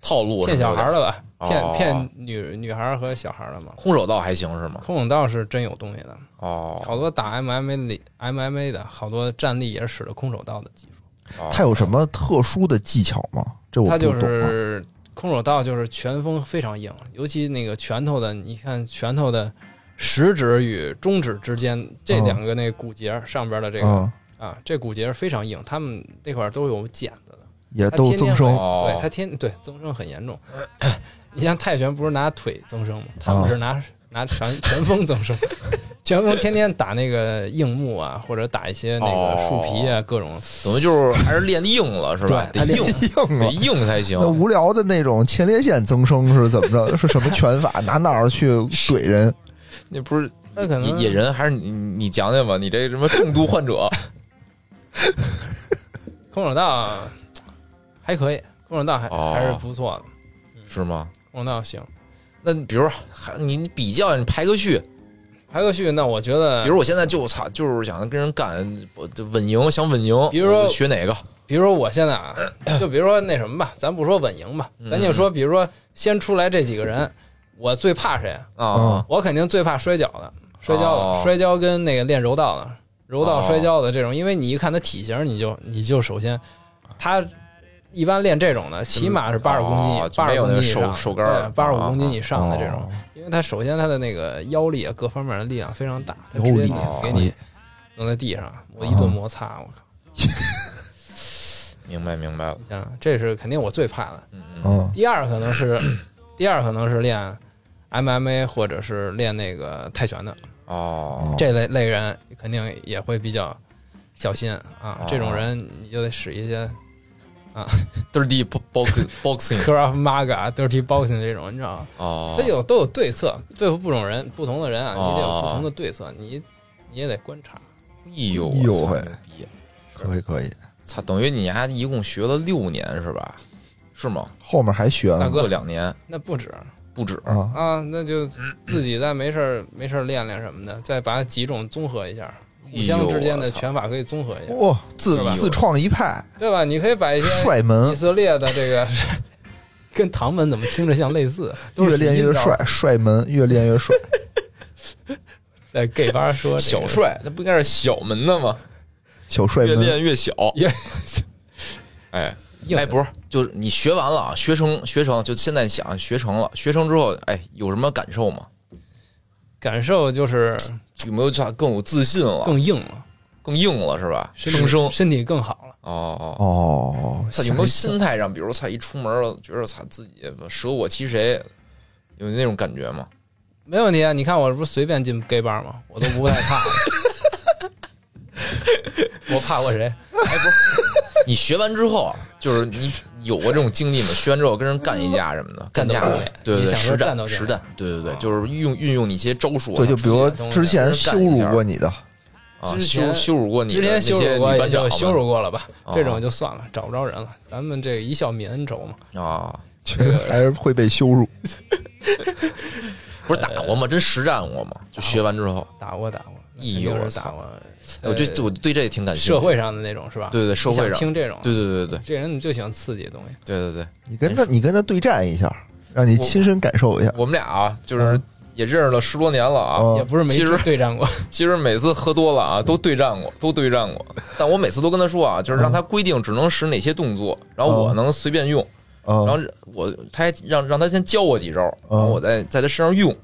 套路骗小孩儿的的吧，哦骗骗女女孩儿和小孩儿的嘛。空手道还行是吗？空手道是真有东西的，哦，好多打 MMA 里 MMA 的好多战力也是使的空手道的技术，他有什么特殊的技巧吗？这我它不就懂啊。是空手道就是拳风非常硬，尤其那个拳头的，你看拳头的食指与中指之间这嗯两个那骨节儿上边的这个。嗯，啊，这骨节非常硬，他们那块儿都有茧子的，也它呃都天增天生会哦对，它天对增生很严重。 你像泰拳不是拿腿增生吗？他哦们是拿、拿拳拳风增生， 拳风天天打那个硬木啊，或者打一些那个树皮哦啊，各种等于就是还是练硬了是吧？对得硬 硬得啊。硬才行那。无聊的那种前列腺增生是怎么 着？是什么拳法？拿哪儿去怼人？那不是那可野能野人还是你你讲讲吧？你这什么重度患 者？空手道还可以，空手道还、哦还是不错的。是吗？哦，那行，那比如还你你比较，你排个序，排个序，那我觉得，比如我现在就操，就是想跟人干，我就稳赢，想稳赢，比如说学哪个？比如说我现在啊，就比如说那什么吧，咱不说稳赢嗯吧，咱就说，比如说先出来这几个人，我最怕谁？啊，我肯定最怕摔跤的，摔跤的、哦摔跤跟那个练柔道的，柔道哦摔跤的这种，因为你一看他体型，你就你就首先他一般练这种的，起码是八十公哦斤，就八没十有公那个斤以手上，手杆儿八十五哦公斤以上的这种哦，因为他首先他的那个腰力啊，各方面的力量非常大，他直腰接力哦给你弄在地上，我一顿摩擦，我靠，明白明白了，你想这是肯定我最怕的。嗯第二可能是， 第二可能是练 MMA 或者是练那个泰拳的。哦，这类类人肯定也会比较小心啊哦。这种人你就得使一些，dirty box boxing， Krav Maga、Dirty Boxing 这种，你知道吗？哦，他有都有对策，对付不同人不同的人啊，你得有哦不同的对策，你你也得观察。哎呦，哎呦我操喂牛逼可以可以，操，等于你还一共学了六年是吧？是吗？后面还学大呢哥各两年那不止不止啊，啊，那就自己再没事儿没事儿练练什么的，再把几种综合一下，互哎呦相之间我的操拳法可以综合一下，哇，自是吧自创一派，对吧？你可以把一些帅以门，色列的这个跟唐门怎么听着像类似，都是越练一越招帅，，帅门越练越 帅，在 gay 吧说这小个帅，那不应该是小门的吗？小帅越门，练越小越。 哎，硬哎，不是，就是你学完了啊，学成学成，就现在想学成了，学成之后，哎，有什么感受吗？感受就是有没有啥更有自信了，更更硬了，硬了是吧？身生体啊生身体更好了。哦哦，哦，操，有没有心态上，比如操一出门了，觉得操自己舍我其谁，有那种感觉吗？ 没问题啊！你看我不是随便进 gay 吧吗？我都不太 怕。我怕过谁？你学完之后啊，就是你有过这种经历吗？学完之后跟人干一架什 么的，干架战斗经历对对你对，想说实战战斗经历实战，对哦对对，就是运用运用你一些招数啊，对，就比如出现之前羞辱过你 的，啊之羞前羞辱过你之的那前羞些辱女过也班长就们羞辱过了吧，哦这种就算了，找不着人了。咱们这个一笑泯恩仇嘛，啊，觉得还是会被羞辱。哎不是打过吗？真实战过吗？就学完之后，打过打过，哎呦肯定我是操打过。哦我就就我对这也挺感兴趣。哎社会上的那种是吧？对对对社会你上想听这种，对对对对这人你就喜欢刺激的东西。对对对，你跟哎他，你跟他对战一下，让你亲身感受一下。我们俩啊，嗯就是也认识了十多年了啊，哦也不是没其实对战 过，其实每次喝多了嗯啊，都对战过，都对战过。但我每次都跟他说啊，就是让他规定只能使哪些动作，然后我哦能随便用，哦然后嗯，我他还让让他先教我几招，然后我再在他身上用。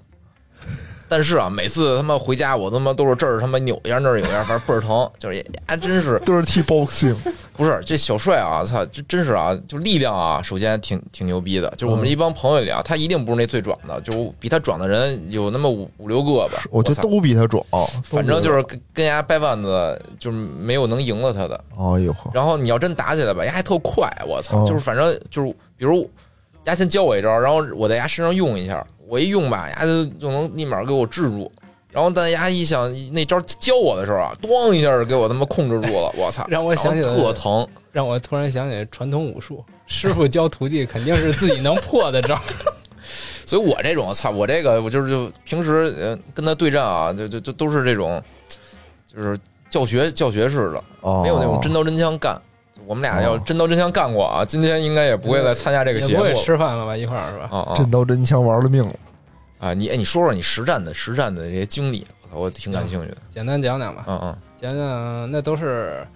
但是啊，每次他妈回家，我他妈都是这儿他妈扭一下，那儿扭一下，反正倍儿疼，就是也还真是都是 T boxing，不是这小帅啊，操，这真是啊，就力量啊，首先挺挺牛逼的。就是我们嗯一帮朋友里啊，他一定不是那最壮的，就比他壮的人有那么五五六个吧。 我觉操得都比他壮。反正就是跟跟人家掰腕子，就是没有能赢了他的。哦，哎呦呵，然后你要真打起来吧，人家还特快，我操！哦就是反正就是，比如人家先教我一招，然后我在人家身上用一下，我一用吧，人家就就能立马给我制住。然后但人家一想那招教我的时候啊，咣一下就给我他妈控制住了，我操！让我想起来然后特疼。让我突然想起传统武术，师傅教徒弟肯定是自己能破的招儿。所以我这种，操，我这个我就是就平时呃跟他对战啊，就就就都是这种，就是教学教学式的，哦，没有那种真刀真枪干。我们俩要真刀真枪干过啊，今天应该也不会来参加这个也节不目会了。吃饭了吧？一块儿是吧？啊啊真刀真枪玩了命了。啊！你哎，你说说你实战的实战的这些经历，我操我挺感兴趣的。简单讲讲吧，嗯嗯讲讲那都是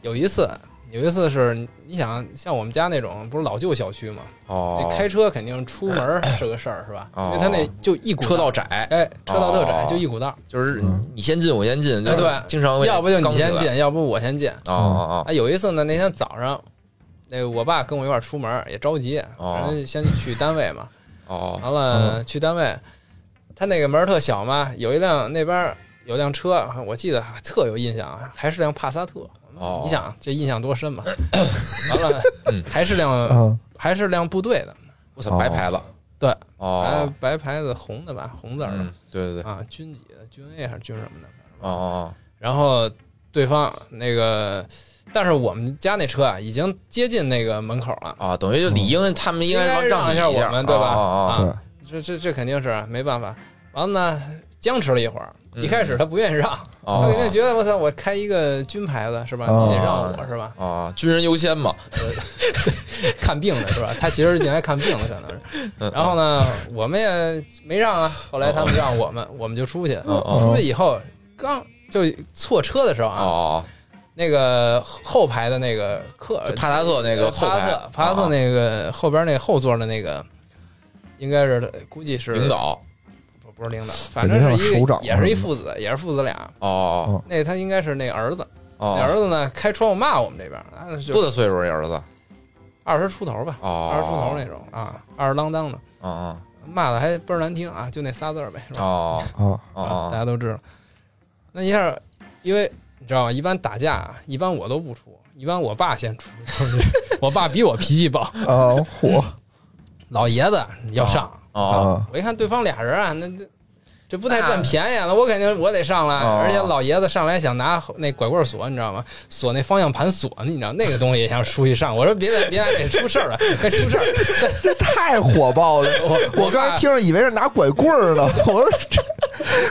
有一次，有一次是你想像我们家那种不是老旧小区嘛，哦那，开车肯定出门儿是个事儿是吧？哦因为他那就一股车道道，窄，哎，车道特窄哦，就一股道，就是嗯你先进我先进，就哎是对经常为要不就刚你起来先进，要不我先进。哦哦啊，有一次呢，那天早上，那个我爸跟我一块儿出门儿也着急，哦反正先去单位嘛，哦哦完了去单位，他那个门儿特小嘛，有一辆那边儿有辆车，我记得还特有印象啊，还是辆帕萨特。哦，你想这印象多 深嘛？完了，还是辆呃嗯，还是辆部队的，我操，哦白牌子对，哎白哦，白牌子红的吧，红字儿嗯的对对对，啊，军几的军 A 还是军什么的。哦哦然后对方那个，但是我们家那车啊，已经接近那个门口了，啊，等于就理应他们应该应该让让一你下下我们对吧啊啊啊对啊，这这这肯定是没办法。完了呢，僵持了一会儿，嗯一开始他不愿意让，哦他肯定觉得我操，我开一个军牌子是吧？哦你得让我是吧？啊，军人优先嘛，看病的是吧？他其实是进来看病的，可能嗯是。然后呢，我们也没让啊，后来他哦们让我们，我们就出去。哦出去以后，刚就错车的时候啊，哦，那个后排的那个客呃就帕萨特那个后帕萨排特，帕萨特啊那个后边那个后座的那个，应该是估计是领，导不不是领导，反感正觉像是一首啊个长也是一什么父子，也是父子俩。哦那他应该是那儿子，哦那儿哦，子呢开窗户骂我们这边，啊多就大岁数这儿子？二十出头吧，哦，二十出头那种啊，二十啷当的。那啊骂的还倍儿难听啊，就那仨字儿呗，是吧？哦啊，哦大哦家都知道。那一下，因为你知道吗？一般打架啊，一般我都不出，一般我爸先出。 我爸比我脾气暴，啊，嚯老爷子要上。哦啊，我一看对方俩人啊，那这这不太占便宜啊，那我肯定我得上来。哦而且老爷子上来想拿那拐棍锁，你知道吗？锁那方向盘锁，你知道那个东西也想出去上。我说别别别，这出事儿了，该 出事儿。这太火爆了！我我刚才听着以为是拿拐棍儿呢， 我说这，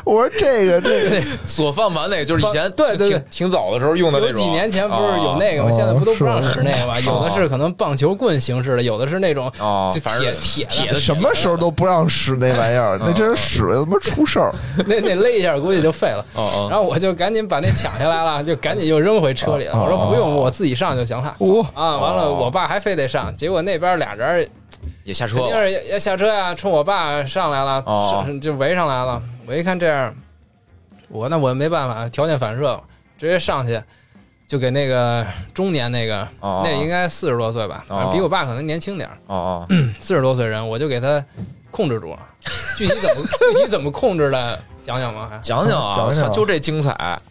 我说这个这个左放盘那个就是以前对对对挺挺早的时候用的那有种，啊几年前不是有那个吗？哦现在不都不是让使那个吗？有的是可能棒球棍形式的，有的是那种哦，就反正铁铁铁的的什么时候都不让使那玩意嗯儿，那真是使了他妈出事儿。那那勒一下估计就废了。哦哦然后我就赶紧把那抢下来了，就赶紧又扔回车里了。哦我说不用，哦我自己上就行了。我啊，完了，哦我爸还非得上，结果那边俩人也下车肯定了是要要下车呀、冲我爸上来了，哦上就围上来了。我一看这样，我那我没办法，条件反射，直接上去就给那个中年那个，哦那应该四十多岁吧，反正比我爸可能年轻点儿。哦哦四十多岁人，我就给他控制住了。具体怎 么具体怎么控制的，讲讲吧。还讲讲啊，讲讲操就这精彩啊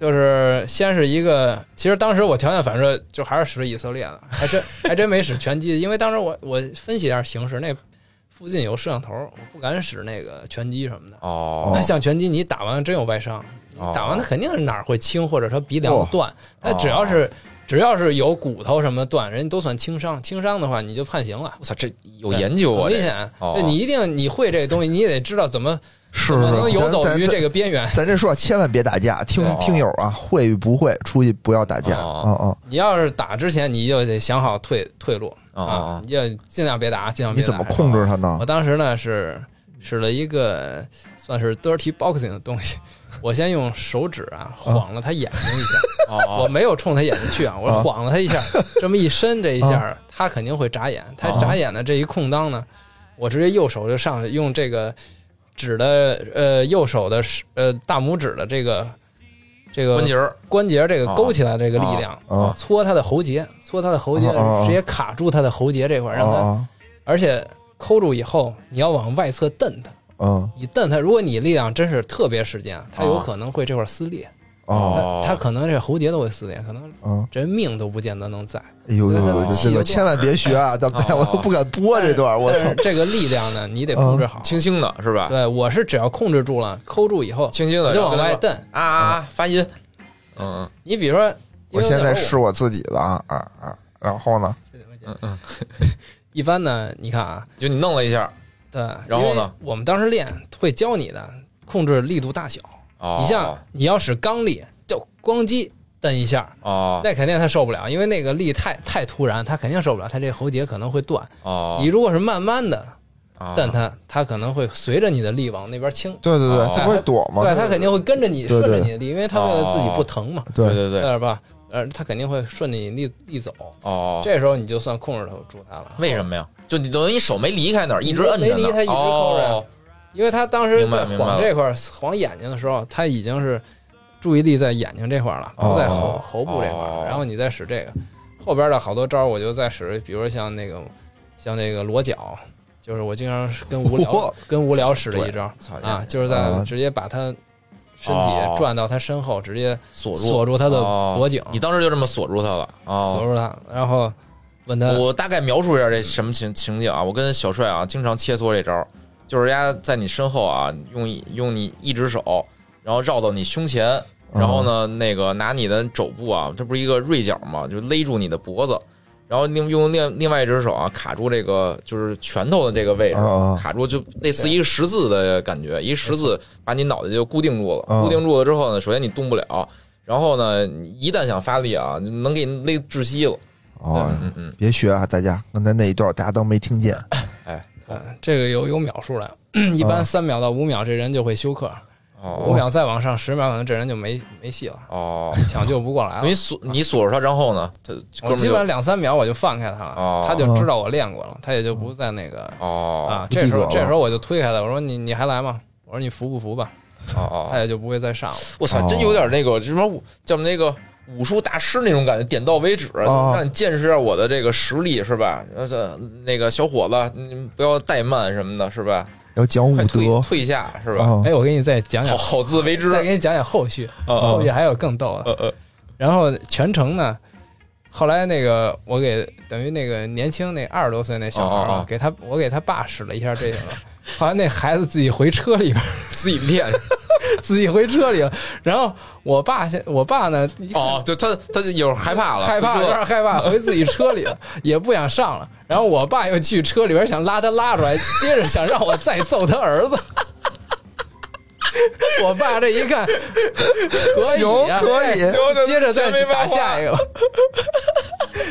就是先是一个，其实当时我条件反射就还是使以色 列的，还真还真没使拳击，因为当时我我分析一下形势，那附近有摄像头，我不敢使那个拳击什么的。哦像拳击，你打完真有外伤，哦 打完他肯定是哪儿会青，或者说鼻梁哦断，他只要是。只要是有骨头什么断，人家都算轻伤。轻伤的话，你就判刑了。我操，这有研究很啊，危这险。哦对你一定你会这个东西，你也得知道怎么是怎么能是，游咱走咱于这咱个边缘。咱这说啊千万别打架，听哦听友啊，会与不会，出去不要打架。嗯哦嗯，你要是打之前，你就得想好退退路啊哦，你要尽量别打，尽量你别怎打。么控制他是吧？呢我？当时呢是使了一个算是 dirty boxing 的东西， 我先用手指啊晃了他眼睛一下，哦我没有冲他眼睛去啊，我啊晃了他 一下，这么一伸这一下，他肯定会眨眼。他啊眨眼的这一空当呢，我直接右手就上去，用这个指的呃右手的是呃大拇指的这个这个关节儿关节这个勾起来这个力量啊，搓他的喉结，搓他的喉结啊啊啊，直接卡住他的喉结这块，让他啊而且抠住以后，你要往外侧蹬他。啊嗯你蹬他，如果你力量真是特别使劲啊，他有可能会这块撕裂，哦哦他他可能这喉结都会撕裂，可能嗯，人命都不见得能在。哎呦呦哦呦，这个千万别学啊！到哦 我都不敢播这段，我但操是！这个力量呢，你得控 制好。清新的是吧？对，我是只要控制住了，抠住以后，清新我的就往外蹬蹬。啊啊，发音，嗯你比如说，因我为现在那会儿试我自己了啊啊啊！然后呢？嗯嗯，一般呢，你看啊，就你弄了一下，对，然后呢，我们当时练会教你的控制力度大小。哦，你像你要使刚力，就咣叽蹬一下，哦那肯定他受不了，因为那个力太太突然，他肯定受不了，他这喉结可能会断。哦，你如果是慢慢的啊蹬他，他可能会随着你的力往那边倾，对对对，哦他不会躲吗？对他肯定会跟着你对顺对着你的力，因为他为了自己哦不疼嘛，对对对，对吧？呃，他肯定会顺着你力力走，哦，这时候你就算控制住他了。为什么呀？就你等于你手没离开那儿，一直摁着没离呢开一直抠着哦因为他当时明白在明白晃了这块儿晃眼睛的时候，他已经是注意力在眼睛这块儿了，哦不在喉、喉部这块儿哦了。然后你再使这个，后边的好多招儿我就在使，比如说像那个像那个裸脚，就是我经常跟无聊哦我跟无聊使的一招操啊，就是在啊直接把他身哦体转到他身后，直接锁住锁住他的哦脖颈，你当时就这么锁住他了锁哦。住他，然后问他我大概描述一下这什么情情景啊？我跟小帅啊经常切磋这招，就是人家在你身后啊，用一用你一只手，然后绕到你胸前，嗯然后呢，那个拿你的肘部啊，这不是一个锐角嘛，就勒住你的脖子，然后另用另另外一只手啊卡住这个就是拳头的这个位置，啊啊卡住就类似一个十字的感觉，一十字把你脑袋就固定住嗯了。固定住了之后呢，首先你动不了，然后呢，你一旦想发力啊，能给你勒窒息了。哦，嗯嗯，别学啊，大家刚才那一段大家当没听见哎，嗯，这个有有秒数的，一般三秒到五秒这人就会休克，五啊哦秒再往上十秒可能这人就没没戏了，哦，抢救不过来你了。锁你锁住他，然后呢，他哥我们哦基儿本就上两三秒我就放开他哦了，他就知道我练过了，他也就不再那个哦啊。这时候不记住了这时候我就推开他，我说你你还来吗？我说你服不服吧？哦哦，他也就不会再上了。我操，真有点那个什么武叫那个武术大师那种感觉，点到为止，哦让你见识一下我的这个实力是吧？然后这那个小伙子，你不要怠慢什么的，是吧？要讲武快退德退下是吧？啊哎，我给你再讲讲好好自为之。再给你讲讲后续，哦呃后续还有更逗的。然后全程呢，后来那个我给等于那个年轻那二十多岁那小孩儿哦哦啊哦，给他我给他爸使了一下这个，后来那孩子自己回车里边儿，自己练自己回车里了。然后我爸现我爸呢，一看哦，就他他就有时候害怕了，害怕，不有知道点害怕，回自己车里了，也不想上了。然后我爸又去车里边想拉他拉出来，接着想让我再揍他儿子。我爸这一看，可以行呀、可以哎接着再打下一个吧。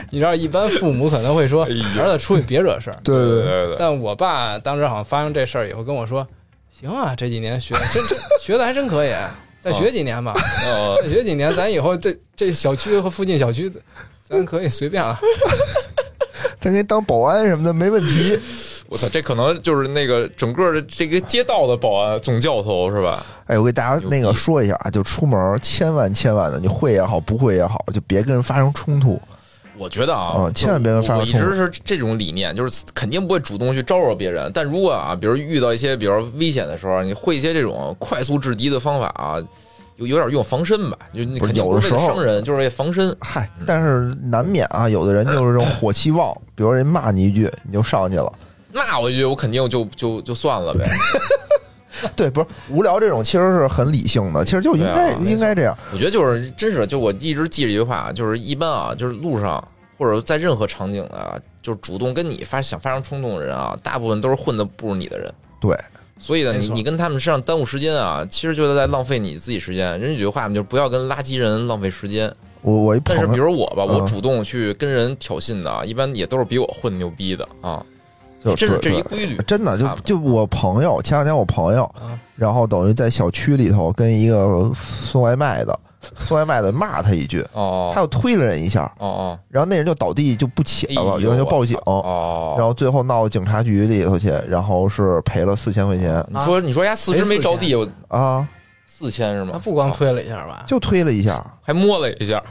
你知道，一般父母可能会说，儿子出去别惹事儿。哎对对对对，对对，但我爸当时好像发生这事儿以后跟我说，行啊，这几年学真真学的还真可以，再学几年吧。哦再学几年，咱以后这这小区和附近小区，咱可以随便啊了。咱给你当保安什么的没问题。我操，这可能就是那个整个的这个街道的保安总教头是吧？哎，我给大家那个说一下啊，就出门千万千万的，你会也好，不会也好，就别跟人发生冲突。我觉得啊，嗯千万别跟发生我一冲突直是这种理念，就是肯定不会主动去招惹别人。但如果啊，比如遇到一些比如危险的时候，你会一些这种快速制敌的方法啊，有有点用防身吧？就你不是肯定有不的是为了时候伤人，就是为防身。嗨，但是难免啊，有的人就是这种火气 旺，比如人骂你一句，你就上去了。那我觉得我肯定就就就算了呗。对，不是无聊这种，其实是很理性的，其实就应该、对啊没错应该这样。我觉得就是真是，就我一直记着一句话，就是一般啊，就是路上或者在任何场景啊，就是主动跟你发想发生冲突的人啊，大部分都是混的不如你的人。对，所以呢，没你错你跟他们身上耽误时间啊，其实就是在浪费你自己时间。人家有句话嘛，就是不要跟垃圾人浪费时间。我我一朋但是友比如我吧，嗯我主动去跟人挑衅的啊，一般也都是比我混牛逼的啊，就这是这对是一对规律。真的就他们就我朋友，前两天我朋友啊，然后等于在小区里头跟一个送外卖的送外卖的骂他一句，哦他又推了人一下，哦哦，然后那人就倒地就不起哎来了，呦有人就报警我，操哦，然后最后闹警察局里头去，然后是赔了四千块钱哦你啊说你说人家四肢没着地，有啊，四千是吗？他不光啊推了一下吧，就推了一下，还摸了一下，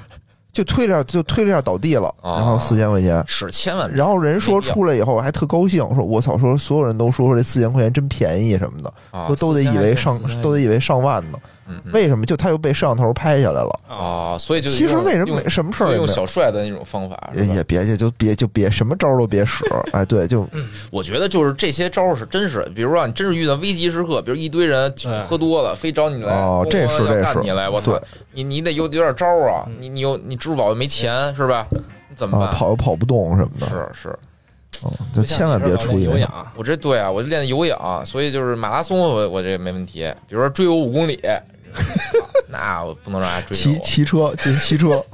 就推了一下就推了一下倒地了，啊然后四千块钱。是千万别然后人说出来以后还特高兴，说我操，说所有人都说说这四千块钱真便宜什么的，啊都都得以为上4000都得以为上万呢。嗯嗯为什么？就他又被摄像头拍下来了。哦，所以就其实用那人用没什么事儿也用没有，小帅的那种方法是吧也也别就就别就别什么招儿都别 使。哎，对，就我觉得就是这些招儿是真是，比如说你真是遇到危急时刻，比如一堆人对喝多了，非找你来，哦咣咣这是要这是嗯干你来，我操对，啊你你得有有点招儿嗯啊，你你有你支付宝又没钱是吧？你怎么啊办？跑又跑不动什么的，嗯是是，嗯就千万别出去有。氧，我这对啊，我就练有氧，所以就是马拉松我我这没问题，比如说追我五 公里，那我不能让他追骑着我，骑车，就是骑车，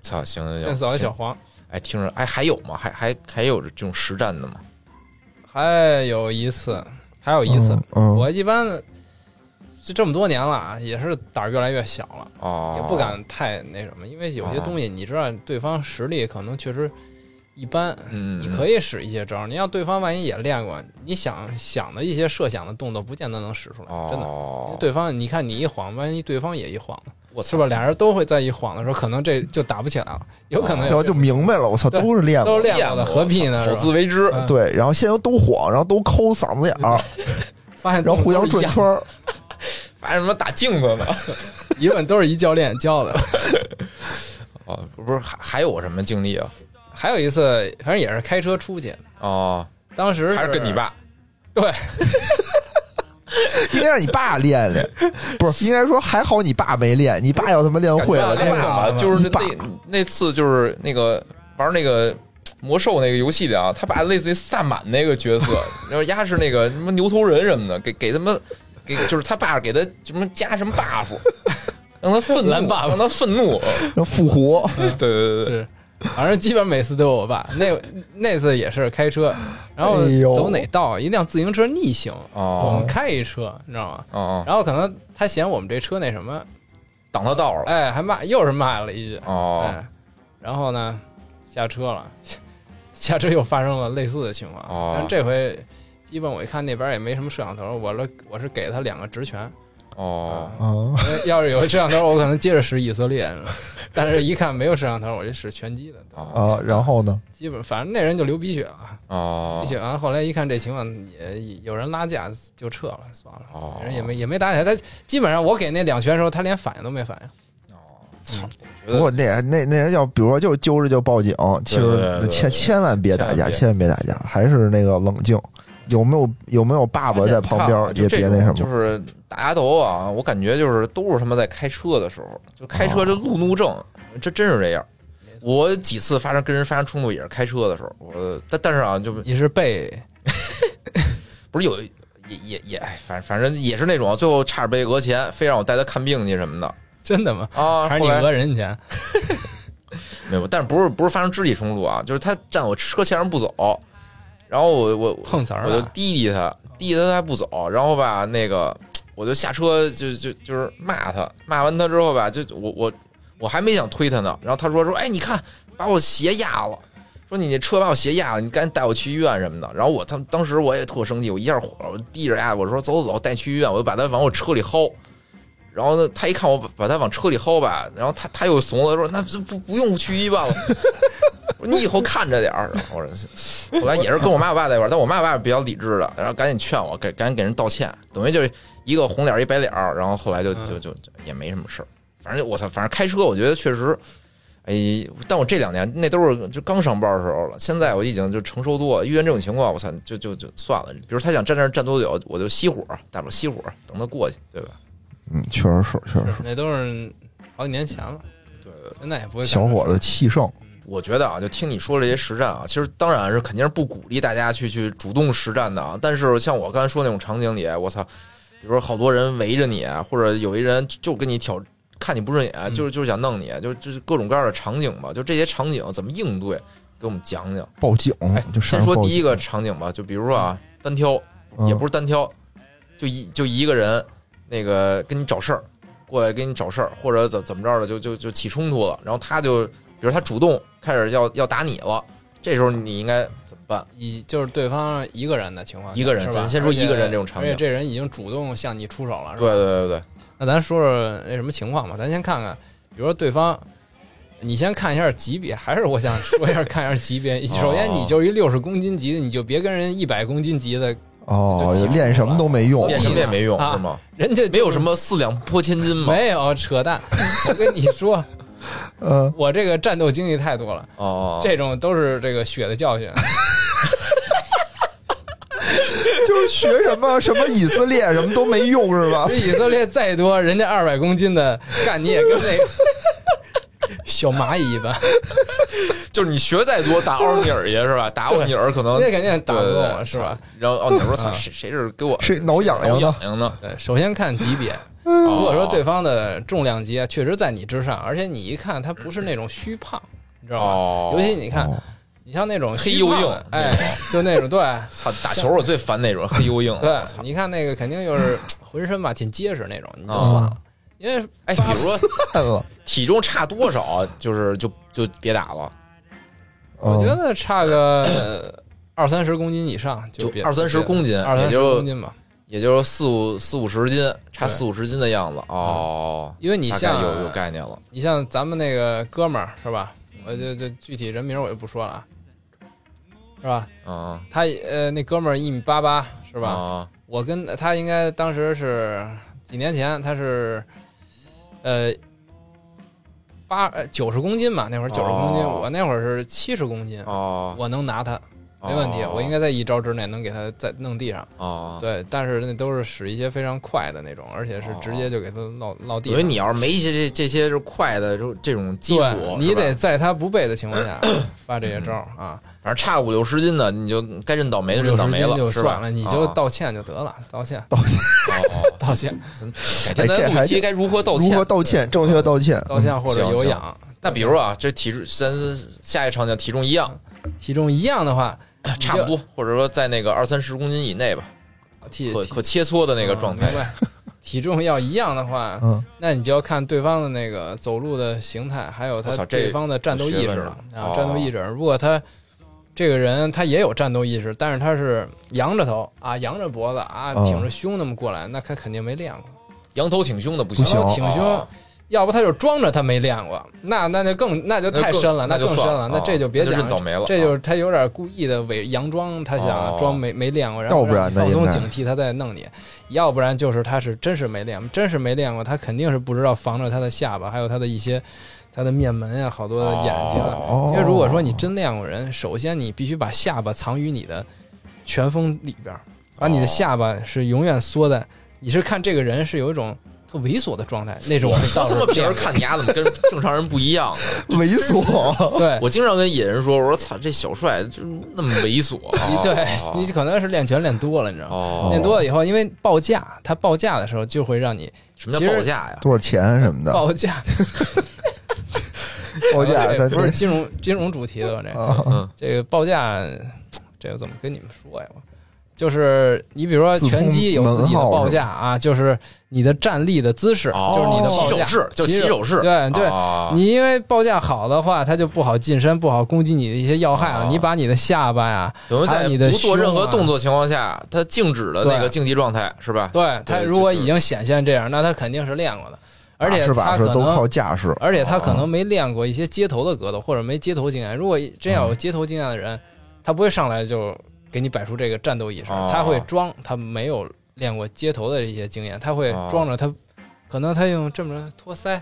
操，行行现行，扫一小黄，哎，听着，哎，还有吗？还还还有这种实战的吗？还有一次，还有一次，嗯，嗯我一般就这么多年了啊，也是胆儿越来越小了，哦，也不敢太那什么，因为有些哦东西你知道，对方实力可能确实一般，嗯，嗯，你可以使一些招儿，你要对方万一也练过，你想想的一些设想的动作，不见得能使出来，真的。因哦为，对方，你看你一晃，万一对方也一晃，我是操吧？俩人都会在一晃的时候，可能这就打不起来了，有可能然后有就明白了，我操，对都是练都过是。练过的，何必好呢？是自吧？为之。嗯对，然后现在都晃，然后都抠嗓子眼 儿，发现然后互相转圈儿。发什么打镜子呢？一问都是一教练教的。哦，不不是，还还有什么经历啊？还有一次，反正也是开车出去，哦，当时还是跟你，爸对， 应该让你爸练练，不是？应该说还好你爸没练，你爸要他妈练会了，感觉那爸爸 就是你那爸那那次就是那个玩那个魔兽那个游戏里啊，他爸类似于萨满那个角 色，然后丫是那个什么牛头人什么的，给给他们给就是他爸给他什么加什么 buff，让他愤怒，蓝 buff 让他愤 怒，要复活。对对对对，是，反正基本上每次都有我爸。那那次也是开车，然后哎呦走哪道，一辆自行车逆行，我哦们开一车，你知道吗？哦哦，然后可能他嫌我们这车那什么，挡到道了，哎，还骂，又是骂了一句，哦哎，然后呢，下车了， 下车又发生了类似的情况，哦但这回基本我一看那边也没什么摄像头，我了我是给他两个职权，哦， 啊，要是有摄像头，我可能接着使以色列，但是一看没有摄像头，我就使拳击的，啊，然后呢？基本反正那人就流鼻血了，哦鼻血完后来一看这情况也也有人拉架就撤了，算了。哦，人也没也没打起来，他基本上我给那两拳的时候，他连反应都没反应。哦不过那那那人要比如说就是揪着就报警，其对对对实对千千万别打架，千千万别打架，还是那个冷静。有没有有没有爸爸在旁边而也且你看别啊那什就这种就么？是打架斗殴啊，我感觉就是都是他妈在开车的时候，就开啊车这路怒症，这真是这样。我几次发生跟人发生冲突也是开车的时候，我但但是啊，就你是被不是有也也也，哎反反正也是那种最后差点被讹钱，非让我带他看病去什么的真的吗？啊。还是后你来讹人钱？没有，但是不是不是发生肢体冲突啊，就是他站我车前面不走，然后我我碰瓷儿我就了？滴滴他，滴滴他他还不走，然后吧，那个我就下车就就就是骂他，骂完他之后吧，就我我我还没想推他呢，然后他说说，哎，你看把我鞋压了。说你那车把我鞋压了，你赶紧带我去医院什么的。然后我他当时我也特生气，我一下火了，我滴着呀，我说走走走，带你去医院，我就把他往我车里薅。然后呢，他一看我把把他往车里薅吧，然后他他又怂了，说那不不不用去医院了，我说你以后看着点儿。然后我说 后来也是跟我妈我爸在一块儿，但我妈我爸比较理智的，然后赶紧劝我，给赶紧给人道歉，等于就是一个红脸儿一白脸儿，然后后来就嗯就就就也没什么事儿。反正我操，反正开车我觉得确实，哎，但我这两年那都是就刚上班的时候了，现在我已经就成熟多了。遇见这种情况，我操，就就就算了。比如他想站那儿站多久，我就熄火，大不了熄火，等他过去，对吧？嗯，确实是，确实是。那都是好几年前了。对，现在也不会干这小伙子气盛，我觉得啊，就听你说这些实战啊，其实当然是肯定是不鼓励大家去去主动实战的啊。但是像我刚才说那种场景里，我操，比如说好多人围着你，啊或者有一人就跟你挑，看你不顺眼，啊就是就是想弄你，就就是各种各样的场景吧。就这些场景怎么应对，给我们讲讲。报警哎，就先闪说报第一个警，场景吧，就比如说啊，单挑嗯也不是单挑，就一就一个人那个跟你找事儿，过来给你找事儿，或者怎怎么着的，就就就起冲突了，然后他就比如他主动开始要要打你了，这时候你应该怎么办？以就是对方一个人的情况下，一个人是吧咱先说一个人这种场景而且而且这人已经主动向你出手了，是对吧？对对对，那咱说说那什么情况吧，咱先看看，比如说对方，你先看一下级别，还是我想说一下看一下 级别。首先，哦你就是一六十公斤级的，你就别跟人一百公斤级的，嗯哦就起，练什么都没用我，练什么也没用啊是吗？人家没有什么么四两拨千斤嘛？没有扯淡。我跟你说，呃，我这个战斗经历太多了，哦，这种都是这个血的教训。就是学什么什么以色列什么都没用是吧 这？以色列再多，人家二百公斤的干你也跟那个小蚂蚁一 般，就是你学再多 打奥尼尔去是吧？打奥尼尔可能那肯定打不哦对对动了，对是吧？然后奥尼尔说：“操，啊谁谁这是给 我谁挠痒痒呢挠？痒呢？”对，首先看级别，如嗯哦如果说对方的重量级啊确实在你之上，而且你一看他不是那种虚胖，你知道吗？哦尤其你看，哦你像那种黑虚又胖硬的哎，就那种对 操，打球我最烦那种黑油硬。对操，哦你看那个肯定就是浑身吧挺结实那种，你就算了，因为哎，比如说看哦了，体重差多少，就是就就别打了，我觉嗯得差个二三十公斤以上就别二三十公斤，二也三十就公斤吧，也就是四五四五十斤，差对四五十斤的样子哦。因为你大概像有有概念了，你像咱们那个哥们儿是吧？我就就具体人名我就不说了，啊，是吧？嗯，哦他呃那哥们儿一米八八是是吧？我跟他应该当时是几年前，他是呃八九十公斤吧，那会儿九十公斤，哦我那会儿是七十公斤，哦，我能拿他，没问题，哦我应该在一招之内能给他再弄地上。啊，对，但是那都是使一些非常快的那种，而且是哦直接就给他落落地因上。为你要是没一些这这些就是快的就这种基础对，，你是吧得在他不备的 情况下发这些招儿啊。反正差五六十斤的，你就该认倒霉的认哎倒霉有时间就是算吧？了，你就啊道歉就得了，道歉，道歉，哦 道歉，改天咱录一期该如何道如歉何？道歉？正确的道歉，道歉或者行有行氧。那比如啊，这体重，咱下一场叫体重一样，体重一样的话，差不多，或者说在那个二三十公斤以内吧，体可体可切磋的那个状态嗯。明白体重要一样的话，嗯，那你就要看对方的那个走路的形态，还有我他操这对方的战斗意有学识问了了啊哦，战斗意志。如果他这个人他也有战斗意识，但是他是扬着头啊，扬着脖子啊，哦挺着胸那么过来，那他肯定没练过。羊头挺胸的不行，不行然后挺胸哦，要不他就装着他没练过，那那就更那就太深了，那更更深了，那啊这就别那讲认倒霉了，这就是是他有点故意的伪佯装，他想哦装没没练过，然要后不然让你放松呢警惕，他在弄你；要不然就是他是真是没练，真是没练过，他肯定是不知道防着他的下巴，还有他的一些他的面门呀、好多的眼睛啊。哦因为如果说你真练过人，首先你必须把下巴藏于你的拳风里边儿，把你的下巴是永远缩在，你是看这个人是有一种特猥琐的状态，那种是我到这么平变时看你丫怎么跟正常人不一样啊？猥 琐，对。我经常跟野人说，我说操，这小帅就是那么猥琐， 你哦对哦你可能是练拳练多了，你知道吗？哦练，多了以后，因为报价，它报价的时候就会让你什么其叫实报价呀？多少钱什么的，报价，报价这咱不是嗯金融金融主题的吧？这个啊，这个报价，这个怎么跟你们说呀？就是你比如说自通拳击有自己的门号报价啊，就是你的站立的姿势，哦就是你的起报手价，式，就起起手式，对对。哦你因为报价好的话，它就不好近身，不好攻击你的一些要害啊。哦你把你的下巴呀，等于还在有你的不做胸任何啊动作情况下，他静止的那个对竞技状态是吧？对它对如果就是已经显现这样，那它肯定是练过的，而且是它把式可都能靠架势，而且他可哦能没练过一些街头的格斗，或者没街头经验。如果真要有街头经验的人，他不会上来就给你摆出这个战斗意识哦，他会装他没有练过街头的一些经验，他会哦装着他，可能他用这么着托腮，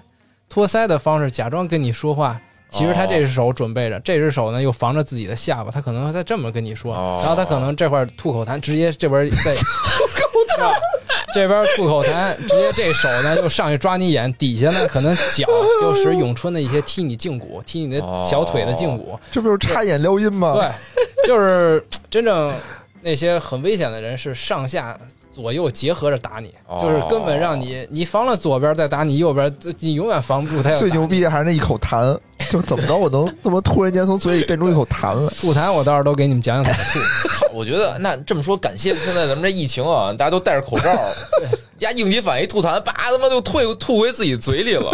托腮的方式假装跟你说话。其实他这只手准备着，这只手呢又防着自己的下巴，他可能他这么跟你说，哦然后他可能这块吐口痰，直接这边在这边吐口痰，直接这手呢就上去抓你眼，底下呢可能脚又使咏春的一些踢你胫骨，踢你的小腿的胫骨。这不就是插眼撩阴吗？对，就是真正那些很危险的人是上下左右结合着打你，就是根本让你你防了左边再打你右边，你永远防不住他要打最你。牛逼的还是那一口痰，就怎么着我能怎么突然间从嘴里变出一口痰来？吐痰，我到时候都给你们讲讲怎么吐。 我觉得那这么说，感谢现在咱们这疫情啊，大家都戴着口 罩，呀，应急反应一吐痰，叭他妈就退吐回自己嘴里了，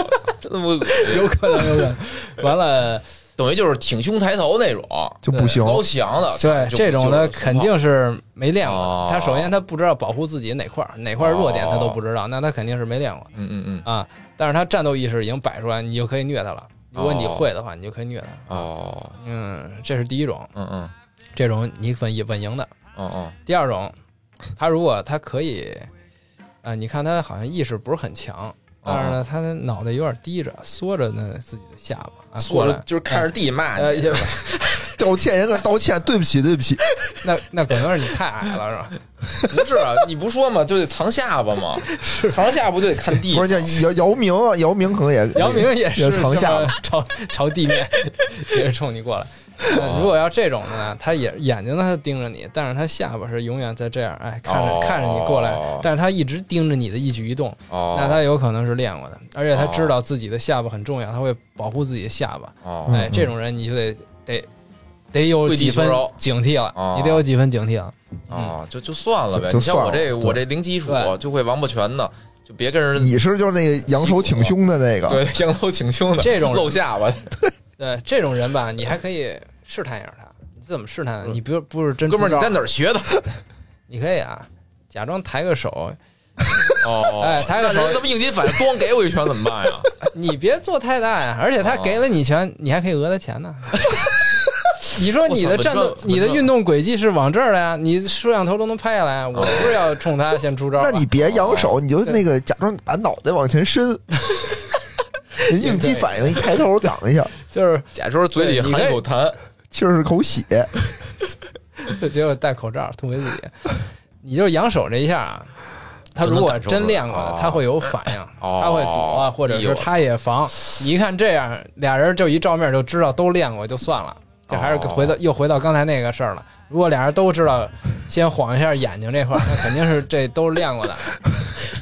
真他妈恶心有可能，有可能。完了，等于就是挺胸抬头那种，就不行，高强的，对就这种的肯。就定是没练哦过。他首先他不知道保护自己哪块儿哪块儿弱点，他都不知道，那他肯定是没练过嗯嗯嗯，啊。但是他战斗意识已经摆出来，你就可以虐他了。如果你会的话，你就可以虐他。哦，嗯，这是第一种，嗯嗯，这种你稳稳赢的。哦哦，第二种，他如果他可以，啊，你看他好像意识不是很强，但是呢，他的脑袋有点低着，缩着呢自己的下巴，啊坐过着来就是看着地骂呃，你，也道歉人在道歉，对不起对不 起，那那可能是你太矮了，是吧？不是啊？你不说嘛，就得藏下巴 嘛，藏下巴不就得看地不是叫姚姚明啊，姚明可能也 姚明也是也藏下这么朝朝地面，也是冲你过来。呃如果要这种的呢，他也眼睛呢他盯着你，但是他下巴是永远在这样，哎，看着、哦看着你过来，但是他一直盯着你的一举一动，哦，那他有可能是练过的，而且他知道自己的下巴很重要，他会保护自己的下巴。哦，哎，这种人你就得得得有跪地几分求饶警惕了，哦你得有几分警惕了。嗯啊，就就算了呗。就你像我算了这我对这零基础对就会王八拳的，就别跟人你是就是那个扬头挺胸的那个，对羊头挺胸的，这种人露下巴，对这种人吧，你还可以试探一下他。你怎么试探呢？你不不是真哥们儿出你招在哪儿学的？你可以啊，假装抬个手，哦，哎抬个那手人他妈应急反应，咣给我一拳怎么办 呀？你别做太大呀，而且哦他给了你钱，你还可以讹 他钱呢。你说你的战我操稳赚斗稳赚、你的运动轨迹是往这儿的呀，你摄像头都能拍下来啊。我不是要冲他先出招吧，那你别扬手，你就那个假装把脑袋往前 伸，人应激反应一抬头挡一下，就是 假装嘴里含一口痰，气儿是口血， 结果戴口罩痛给自己。你就是扬手这一下啊，他如果真练就能感受过出了，来他会有反应，哦他会躲啊，或者是他也防。你一看这样，俩人就一照面就知道都练过，就算了。这还是哦回到又回到刚才那个事儿了。如果俩人都知道先晃一下眼睛这块儿，那肯定是这都是 练过的，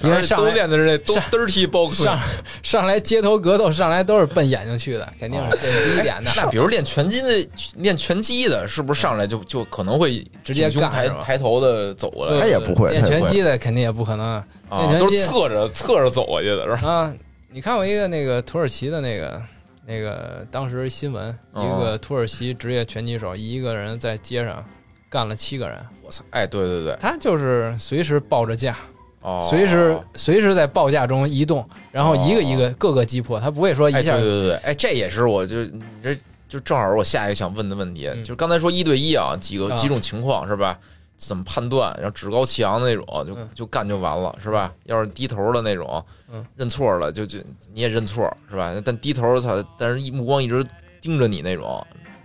因为上都来练的是这都上 dirty box，上上来街头格斗上来都是奔眼睛去的，肯定是这是第一点的。 那比如练拳击的，练拳击的，是不是上来就就可能会直接挺胸干抬是吧抬头的走过来他也不会练他也拳不会击的肯定也不可能啊练啊？拳都击是侧着侧着走过去的，是吧？啊！你看过一个那个土耳其的那个那个当时新闻，一哦个土耳其职业拳击手一个人在街上干了七个人，我操！哎，对对对，他就是随时报着架，哦，随时随时在报价中移动，然后一个一个各个击破，他不会说哎，一对下对对对，哎，这也是我就你这就正好是我下一个想问的问题，嗯就是刚才说一对一啊，几个啊几种情况是吧？怎么判断？然后趾高气扬的那种，就嗯就干就完了，是吧？要是低头的那种嗯，认错了就就你也认错，是吧？但低头他但是一目光一直盯着你那种，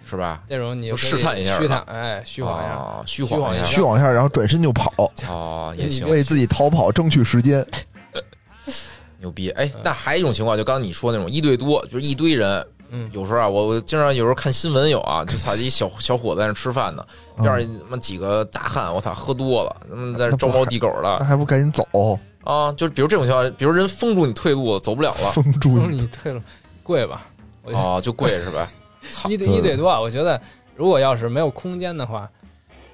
是吧？这种你就可以试探一下虚探哎虚晃一下，啊，虚晃一虚虚晃一下，然后转身就跑，下， 哦，也你行，为自己逃跑争取时间。牛逼。哎嗯，那还有一种情况，就刚刚你说那种一对多，就是一堆人，嗯，有时候啊，我我经常有时候看新闻有啊，就 操一小小伙子在那吃饭呢，嗯要是他妈几个大汉，我操喝多了，他妈在那那招不 猫递狗那的还不赶紧走，啊，就是比如这种情况，比如人封住你退路了，走不了了封住你退了跪吧，我觉得啊，就跪是吧？一对对一对多啊，我觉得如果要是没有空间的话，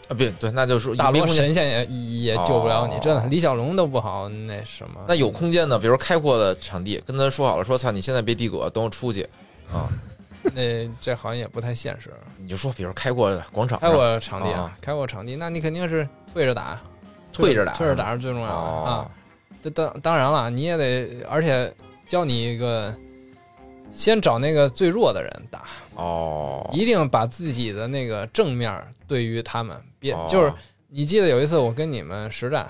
啊，别对，那就是大没罗空间。神仙也也救不了你，哦真的。李小龙都不好那什么，那有空间呢，比如开阔的场地，跟他说好了，说操，你现在别递葛，等我出去，那这好像也不太现实。你就说，比如开阔的广场开上，阔场地啊啊，开阔场地，那你肯定是退着打，退着打退着打是最重要的哦啊。这当当然了，你也得，而且教你一个，先找那个最弱的人打，哦，一定把自己的那个正面对于他们，别哦就是你记得有一次我跟你们实战，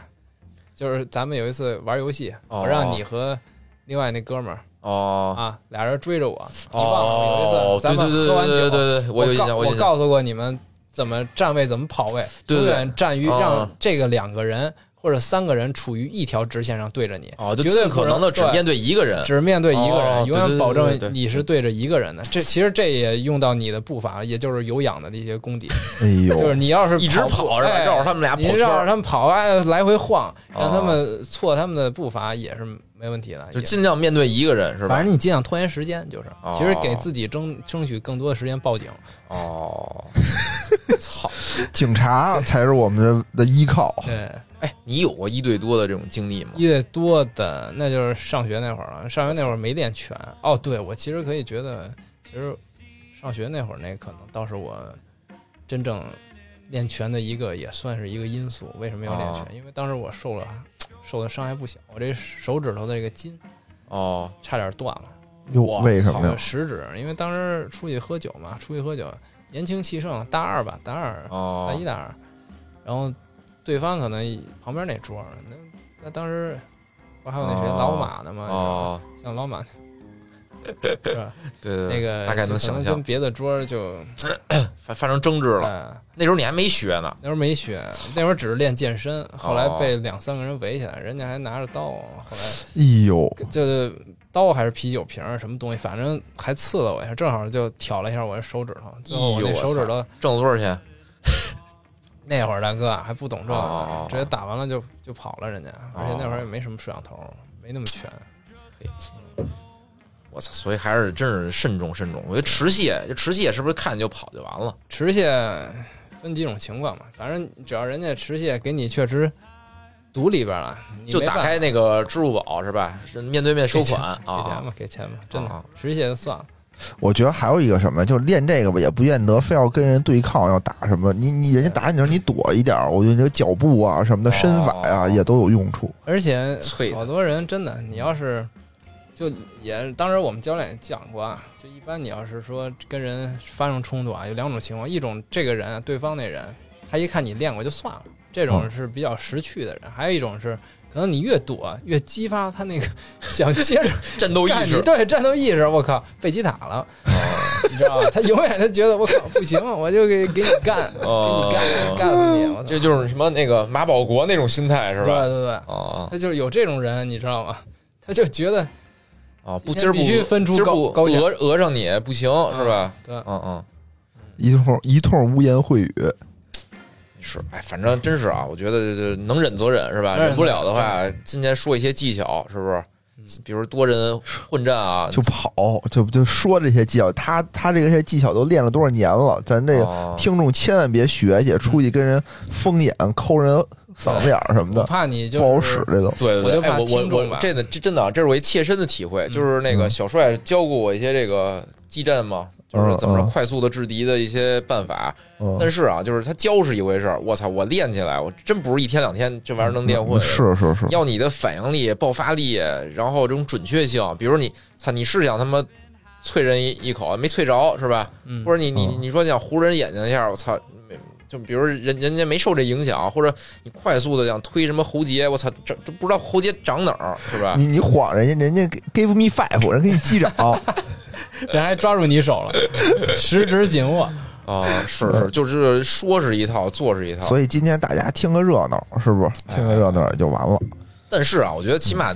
就是咱们有一次玩游戏，哦我让你和另外那哥们儿。哦啊，俩人追着我，你忘了有一哦次，咱对对们对喝完酒，对对对对，我有印告象，有我印象，告诉过你们怎么站位，怎么跑位，对对永对远站于嗯让嗯这个两个人或者三个人处于一条直线上对着你，哦，就绝对尽不可能能的只对面对一个人，只面对一个哦人，对永远保对对对证对你是对着一个人的。这其实这也用到你的步伐，也就是有氧的那些功底，哎呦，就是你要是一直跑是吧？哎绕着他们俩跑你圈绕着儿，他们跑啊，来回晃，哦让他们错他们的步伐也是没问题的，就也尽量面对一个人是吧？反正你尽量拖延时间，就是哦其实给自己争争取更多的时间报警。哦，操！警察才是我们的的依靠。对，哎，你有过一对多的这种经历吗？一对多的那就是上学那会儿了。上学那会儿没练拳。哦，对我其实可以觉得，其实上学那会儿那可能倒是我真正练拳的一个也算是一个因素。为什么要练拳？啊哦因为当时我受了受的伤害不小，我这手指头的这个筋哦，差点断了。哟，我为什么我呀？食指，因为当时出去喝酒嘛，出去喝酒，年轻气盛，大二吧，大二大哦一，大二，然后对方可能旁边那桌儿，那那当时不还有那谁哦老马呢嘛，哦，像 老马，是吧？对对，对那个大概就能可想象跟，别的桌儿就发发生争执了。哎那时候你还没学呢，那时候没学，那会儿只是练健身，哦后来被两三个人围起来，人家还拿着刀，后来哎呦，就是刀还是啤酒瓶儿什么东西，反正还刺了我一下，正好就挑了一下我的手指头，最后我哎那呦我手指操头挣了多少钱？那会儿大哥啊还不懂这个哦呢，直接打完了就就跑了人家，而且那会儿也没什么摄像头，没那么全。我操！所以还是真是慎重慎重。我觉得持械，就持械是不是看就跑就完了？持械分几种情况嘛，反正只要人家持械给你确实堵里边了，你就没办打法开那个支付宝是吧？是面对面收款给钱啊吧，给钱吧，真的啊持械就算了。我觉得还有一个什么，就是练这个吧，也不见得非要跟人对抗，要打什么。你你人家打你的时候，你躲一点儿，我觉得你这脚步啊什么的，哦身法呀、也都有用处。而且脆的嗯好多人真的，你要是就也当时我们教练也讲过啊，就一般你要是说跟人发生冲突啊，有两种情况，一种这个人对方那人他一看你练过就算了，这嗯种是比较识趣的人；还有一种是可能你越躲越激发他那个想接着 战斗意干你识哦对战斗意识，我靠，被击打了， 你知道吧？他永远他觉得我靠不行，我就给给你干，给哦你干，干死你！我操，这就是什么那个马保国那种心态是对吧？对对，啊他就是有这种人，你知道吗？他就 觉得啊，不今天今儿不必须分出今儿高不高下讹讹上你不行是吧？对嗯嗯，一通一通污言秽语，是，哎，反正真是啊，我觉得这能忍则忍是吧？能忍忍不了的话，今天说一些技巧是不是？嗯比如多人混战啊，就跑，就就说这些技巧。他他这些技巧都练了多少年了？咱这个啊听众千万别学去，出去跟人疯眼、抠人嗓子眼儿什么我哦的，怕你就不好使是这都。对我对就对，哎，怕我听我众吧嗯我这的这真的啊，这是我一切身的体会，就是那嗯个小帅教过我一些这个技战嘛，就是怎嗯么着嗯快速的制敌的一些办法。嗯，但是啊，就是他教是一回事儿，我操，我练起来我真不是一天两天这玩意儿能练会的。嗯是是是，要你的反应力、爆发力，然后这种准确性，比如你操，你是想他妈啐人一一口没啐着是吧？嗯或者你你嗯你说你想糊人眼睛一下，我操，没就比如人人家没受这影响，或者你快速的想推什么喉结，我操，这这不知道喉结长哪儿是吧？你你晃人家，人家给 give me five，人给你 击掌，人还抓住你手了， 十指紧 握，啊、是是，就是说是一套，做是一套。所以今天大家听个热闹，是不是？听个热闹也就完了。但是啊，我觉得嗯起码，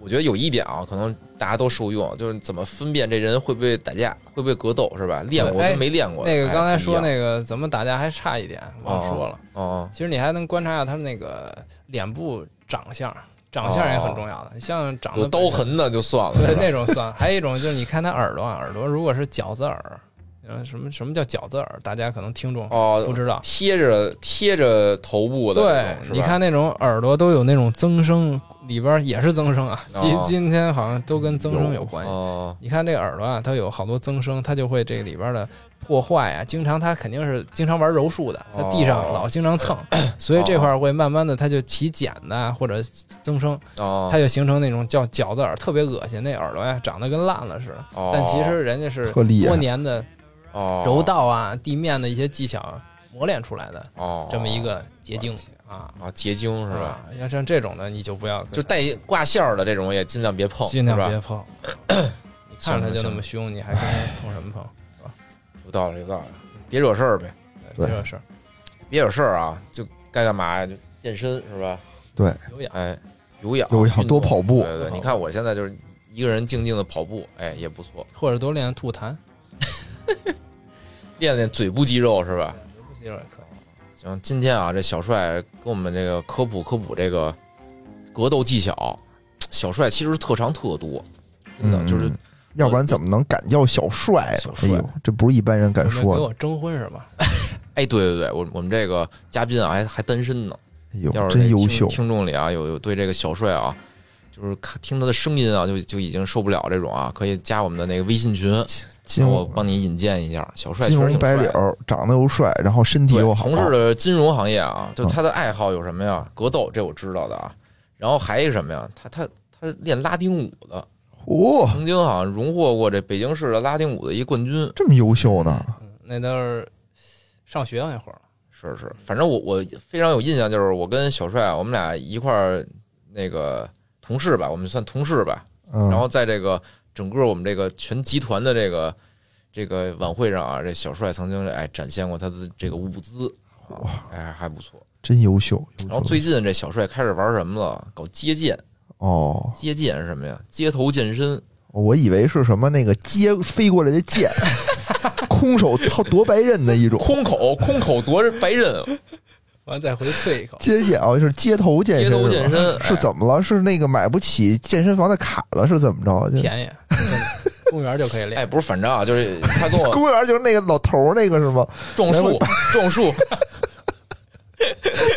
我觉得有一点啊，可能大家都受用，就是怎么分辨这人会不会打架，会不会格斗是吧？练过哎跟没练过的，那个哎刚才不一说样那个怎么打架还差一点，忘说了。哦其实你还能观察一下他那个脸部长相，长相也哦很重要的。像长有得刀，痕的就算了，对是吧那种算。还有一种就是你看他耳朵，啊，耳朵如果是饺子耳，嗯，什么什么叫饺子耳？大家可能听众哦，不知道。贴着贴着头部的对那种，是吧，你看那种耳朵都有那种增生，里边也是增生啊。哦今今天好像都跟增生有关系。哦，你看这耳朵啊，它有好多增生，它就会这里边的破坏啊。经常它肯定是经常玩柔术的，它地上哦老经 常蹭，所以这块儿会慢慢的它就起茧呐、或者增生，哦，它就形成那种叫饺子耳，特别恶心。那耳朵呀、长得跟烂了似的，哦但其实人家是特厉害多年的哦柔道啊、地面的一些技巧磨练出来的哦这么一个结晶啊，啊结晶是是吧？吧？要像这种的，你就不要跟就带挂线儿的这种也尽量别碰，尽量是吧别碰。你看着它就那么凶，你还跟它碰什么 碰？有道理有道理，别惹事儿呗，对哎这事儿别惹事儿啊，就该干嘛呀？就健身是吧？对，有氧。哎，有氧有氧运多动跑步对对，对你看我现在就是一个人静静的跑步，哎，也不错，或者多练吐痰，练练嘴部肌肉是吧？一会儿可以。行，今天啊，这小帅跟我们这个科普科普这个格斗技巧。小帅其实特长特多，真的、嗯就是要不然怎么能敢叫小帅呢？小哎帅呦，这不是一般人敢准备说给的。我征婚是吧？哎，对对对，我我们这个嘉宾啊还还单身呢。哎呦要，是这真优听秀！听众里啊有有对这个小帅啊，就是看听他的声音啊就就已经受不了这种啊，可以加我们的那个微信群，金我帮你引荐一下。小帅确金实挺融白帅领的。儿，长得又帅，然后身体对又，好嗯从，事的金融行业啊，就他的爱好有什么呀？格斗，这我知道的啊。然后还有什么呀？他他他练拉丁舞的，哦，曾经好像荣获过这北京市的拉丁舞的一冠军。这么优秀呢？嗯那都是上学那会儿了。是是，反正我我非常有印象，就是我跟小帅啊，我们俩一块儿那个同事吧，我们算同事吧。嗯，然后在这个整个我们这个全集团的这个这个晚会上啊，这小帅曾经哎展现过他的这个舞姿，啊哎还不错。真优秀。优秀然后最近这小帅开始玩什么了？搞街健，哦，街健是什么呀？街头健身。我以为是什么那个接飞过来的箭， 空手套夺白刃的一 种。，空口空口夺白刃，完再回去啐 一口接健啊，就是街头健身街是吧，头健身哎是怎么了？是那个买不起健身房的卡了，是怎么着？就 便宜，公园就可 以哎，练。不是，反正啊，就是他跟 我公园就是那个老头儿那个是吗？撞树，撞树，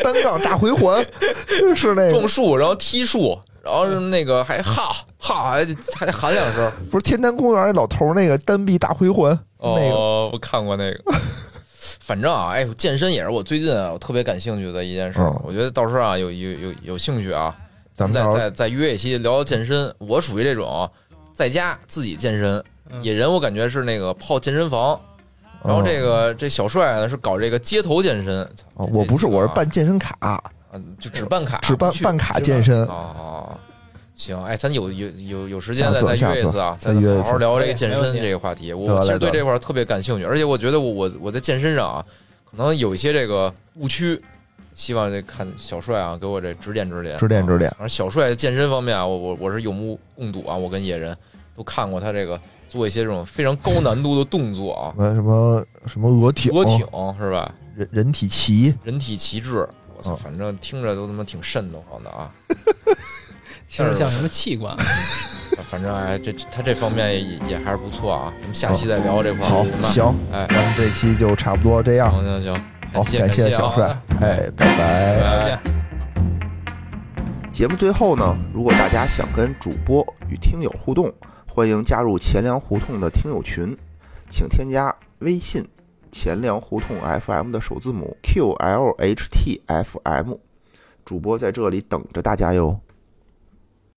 单杠大回环， 就是那撞个，树，然后踢树，然后那个还哈哈，还得还得喊两声。不是天坛公园那老头儿那个单臂大回环， 那个哦，我看过那个。 反正啊，哎，健身也是我最近啊，我特别感兴趣的一件事。嗯我觉得到时候啊，有有有有兴趣啊，咱们再到时候再再约一期聊聊健身。我属于这种在家自己健身，嗯野人我感觉是那个泡健身房，嗯然后这个这小帅呢是搞这个街头健身。操哦我不是，我是，这几个啊办健身卡，啊就只办卡，只办嗯不去办卡健身哦哦，哦行，哎，咱有有有有时间下再次再下约一次次啊，再再约一好好次聊这个哎健没问身题这个话题。得我其嘞实对得这块儿特别感兴趣，而且我觉得我我我在健身上啊，可能有一些这个误区，希望这看小帅啊给我这指点指点，指点指点。反正小帅健身方面啊，我我我是有目共睹啊，我跟野人都看过他这个做一些这种非常高难度的动作啊什，么什么什么鹅挺、俯卧挺是吧？人人体骑，人体旗帜，我操，嗯反正听着都他妈挺瘆得慌的 啊。听着像什么器官？啊反正哎，这这他这方面也也还是不错啊。咱们下期再聊这块儿，哦好行，吧？行，嗯哎，咱们这期就差不多这样。行行行，好，感感谢啊小帅，哎，拜拜。再见。节目最后呢，如果大家想跟主播与听友互动，欢迎加入钱粮胡同的听友群，请添加微信“钱粮胡同 FM” 的首字母 “QLHTFM”，主播在这里等着大家哟。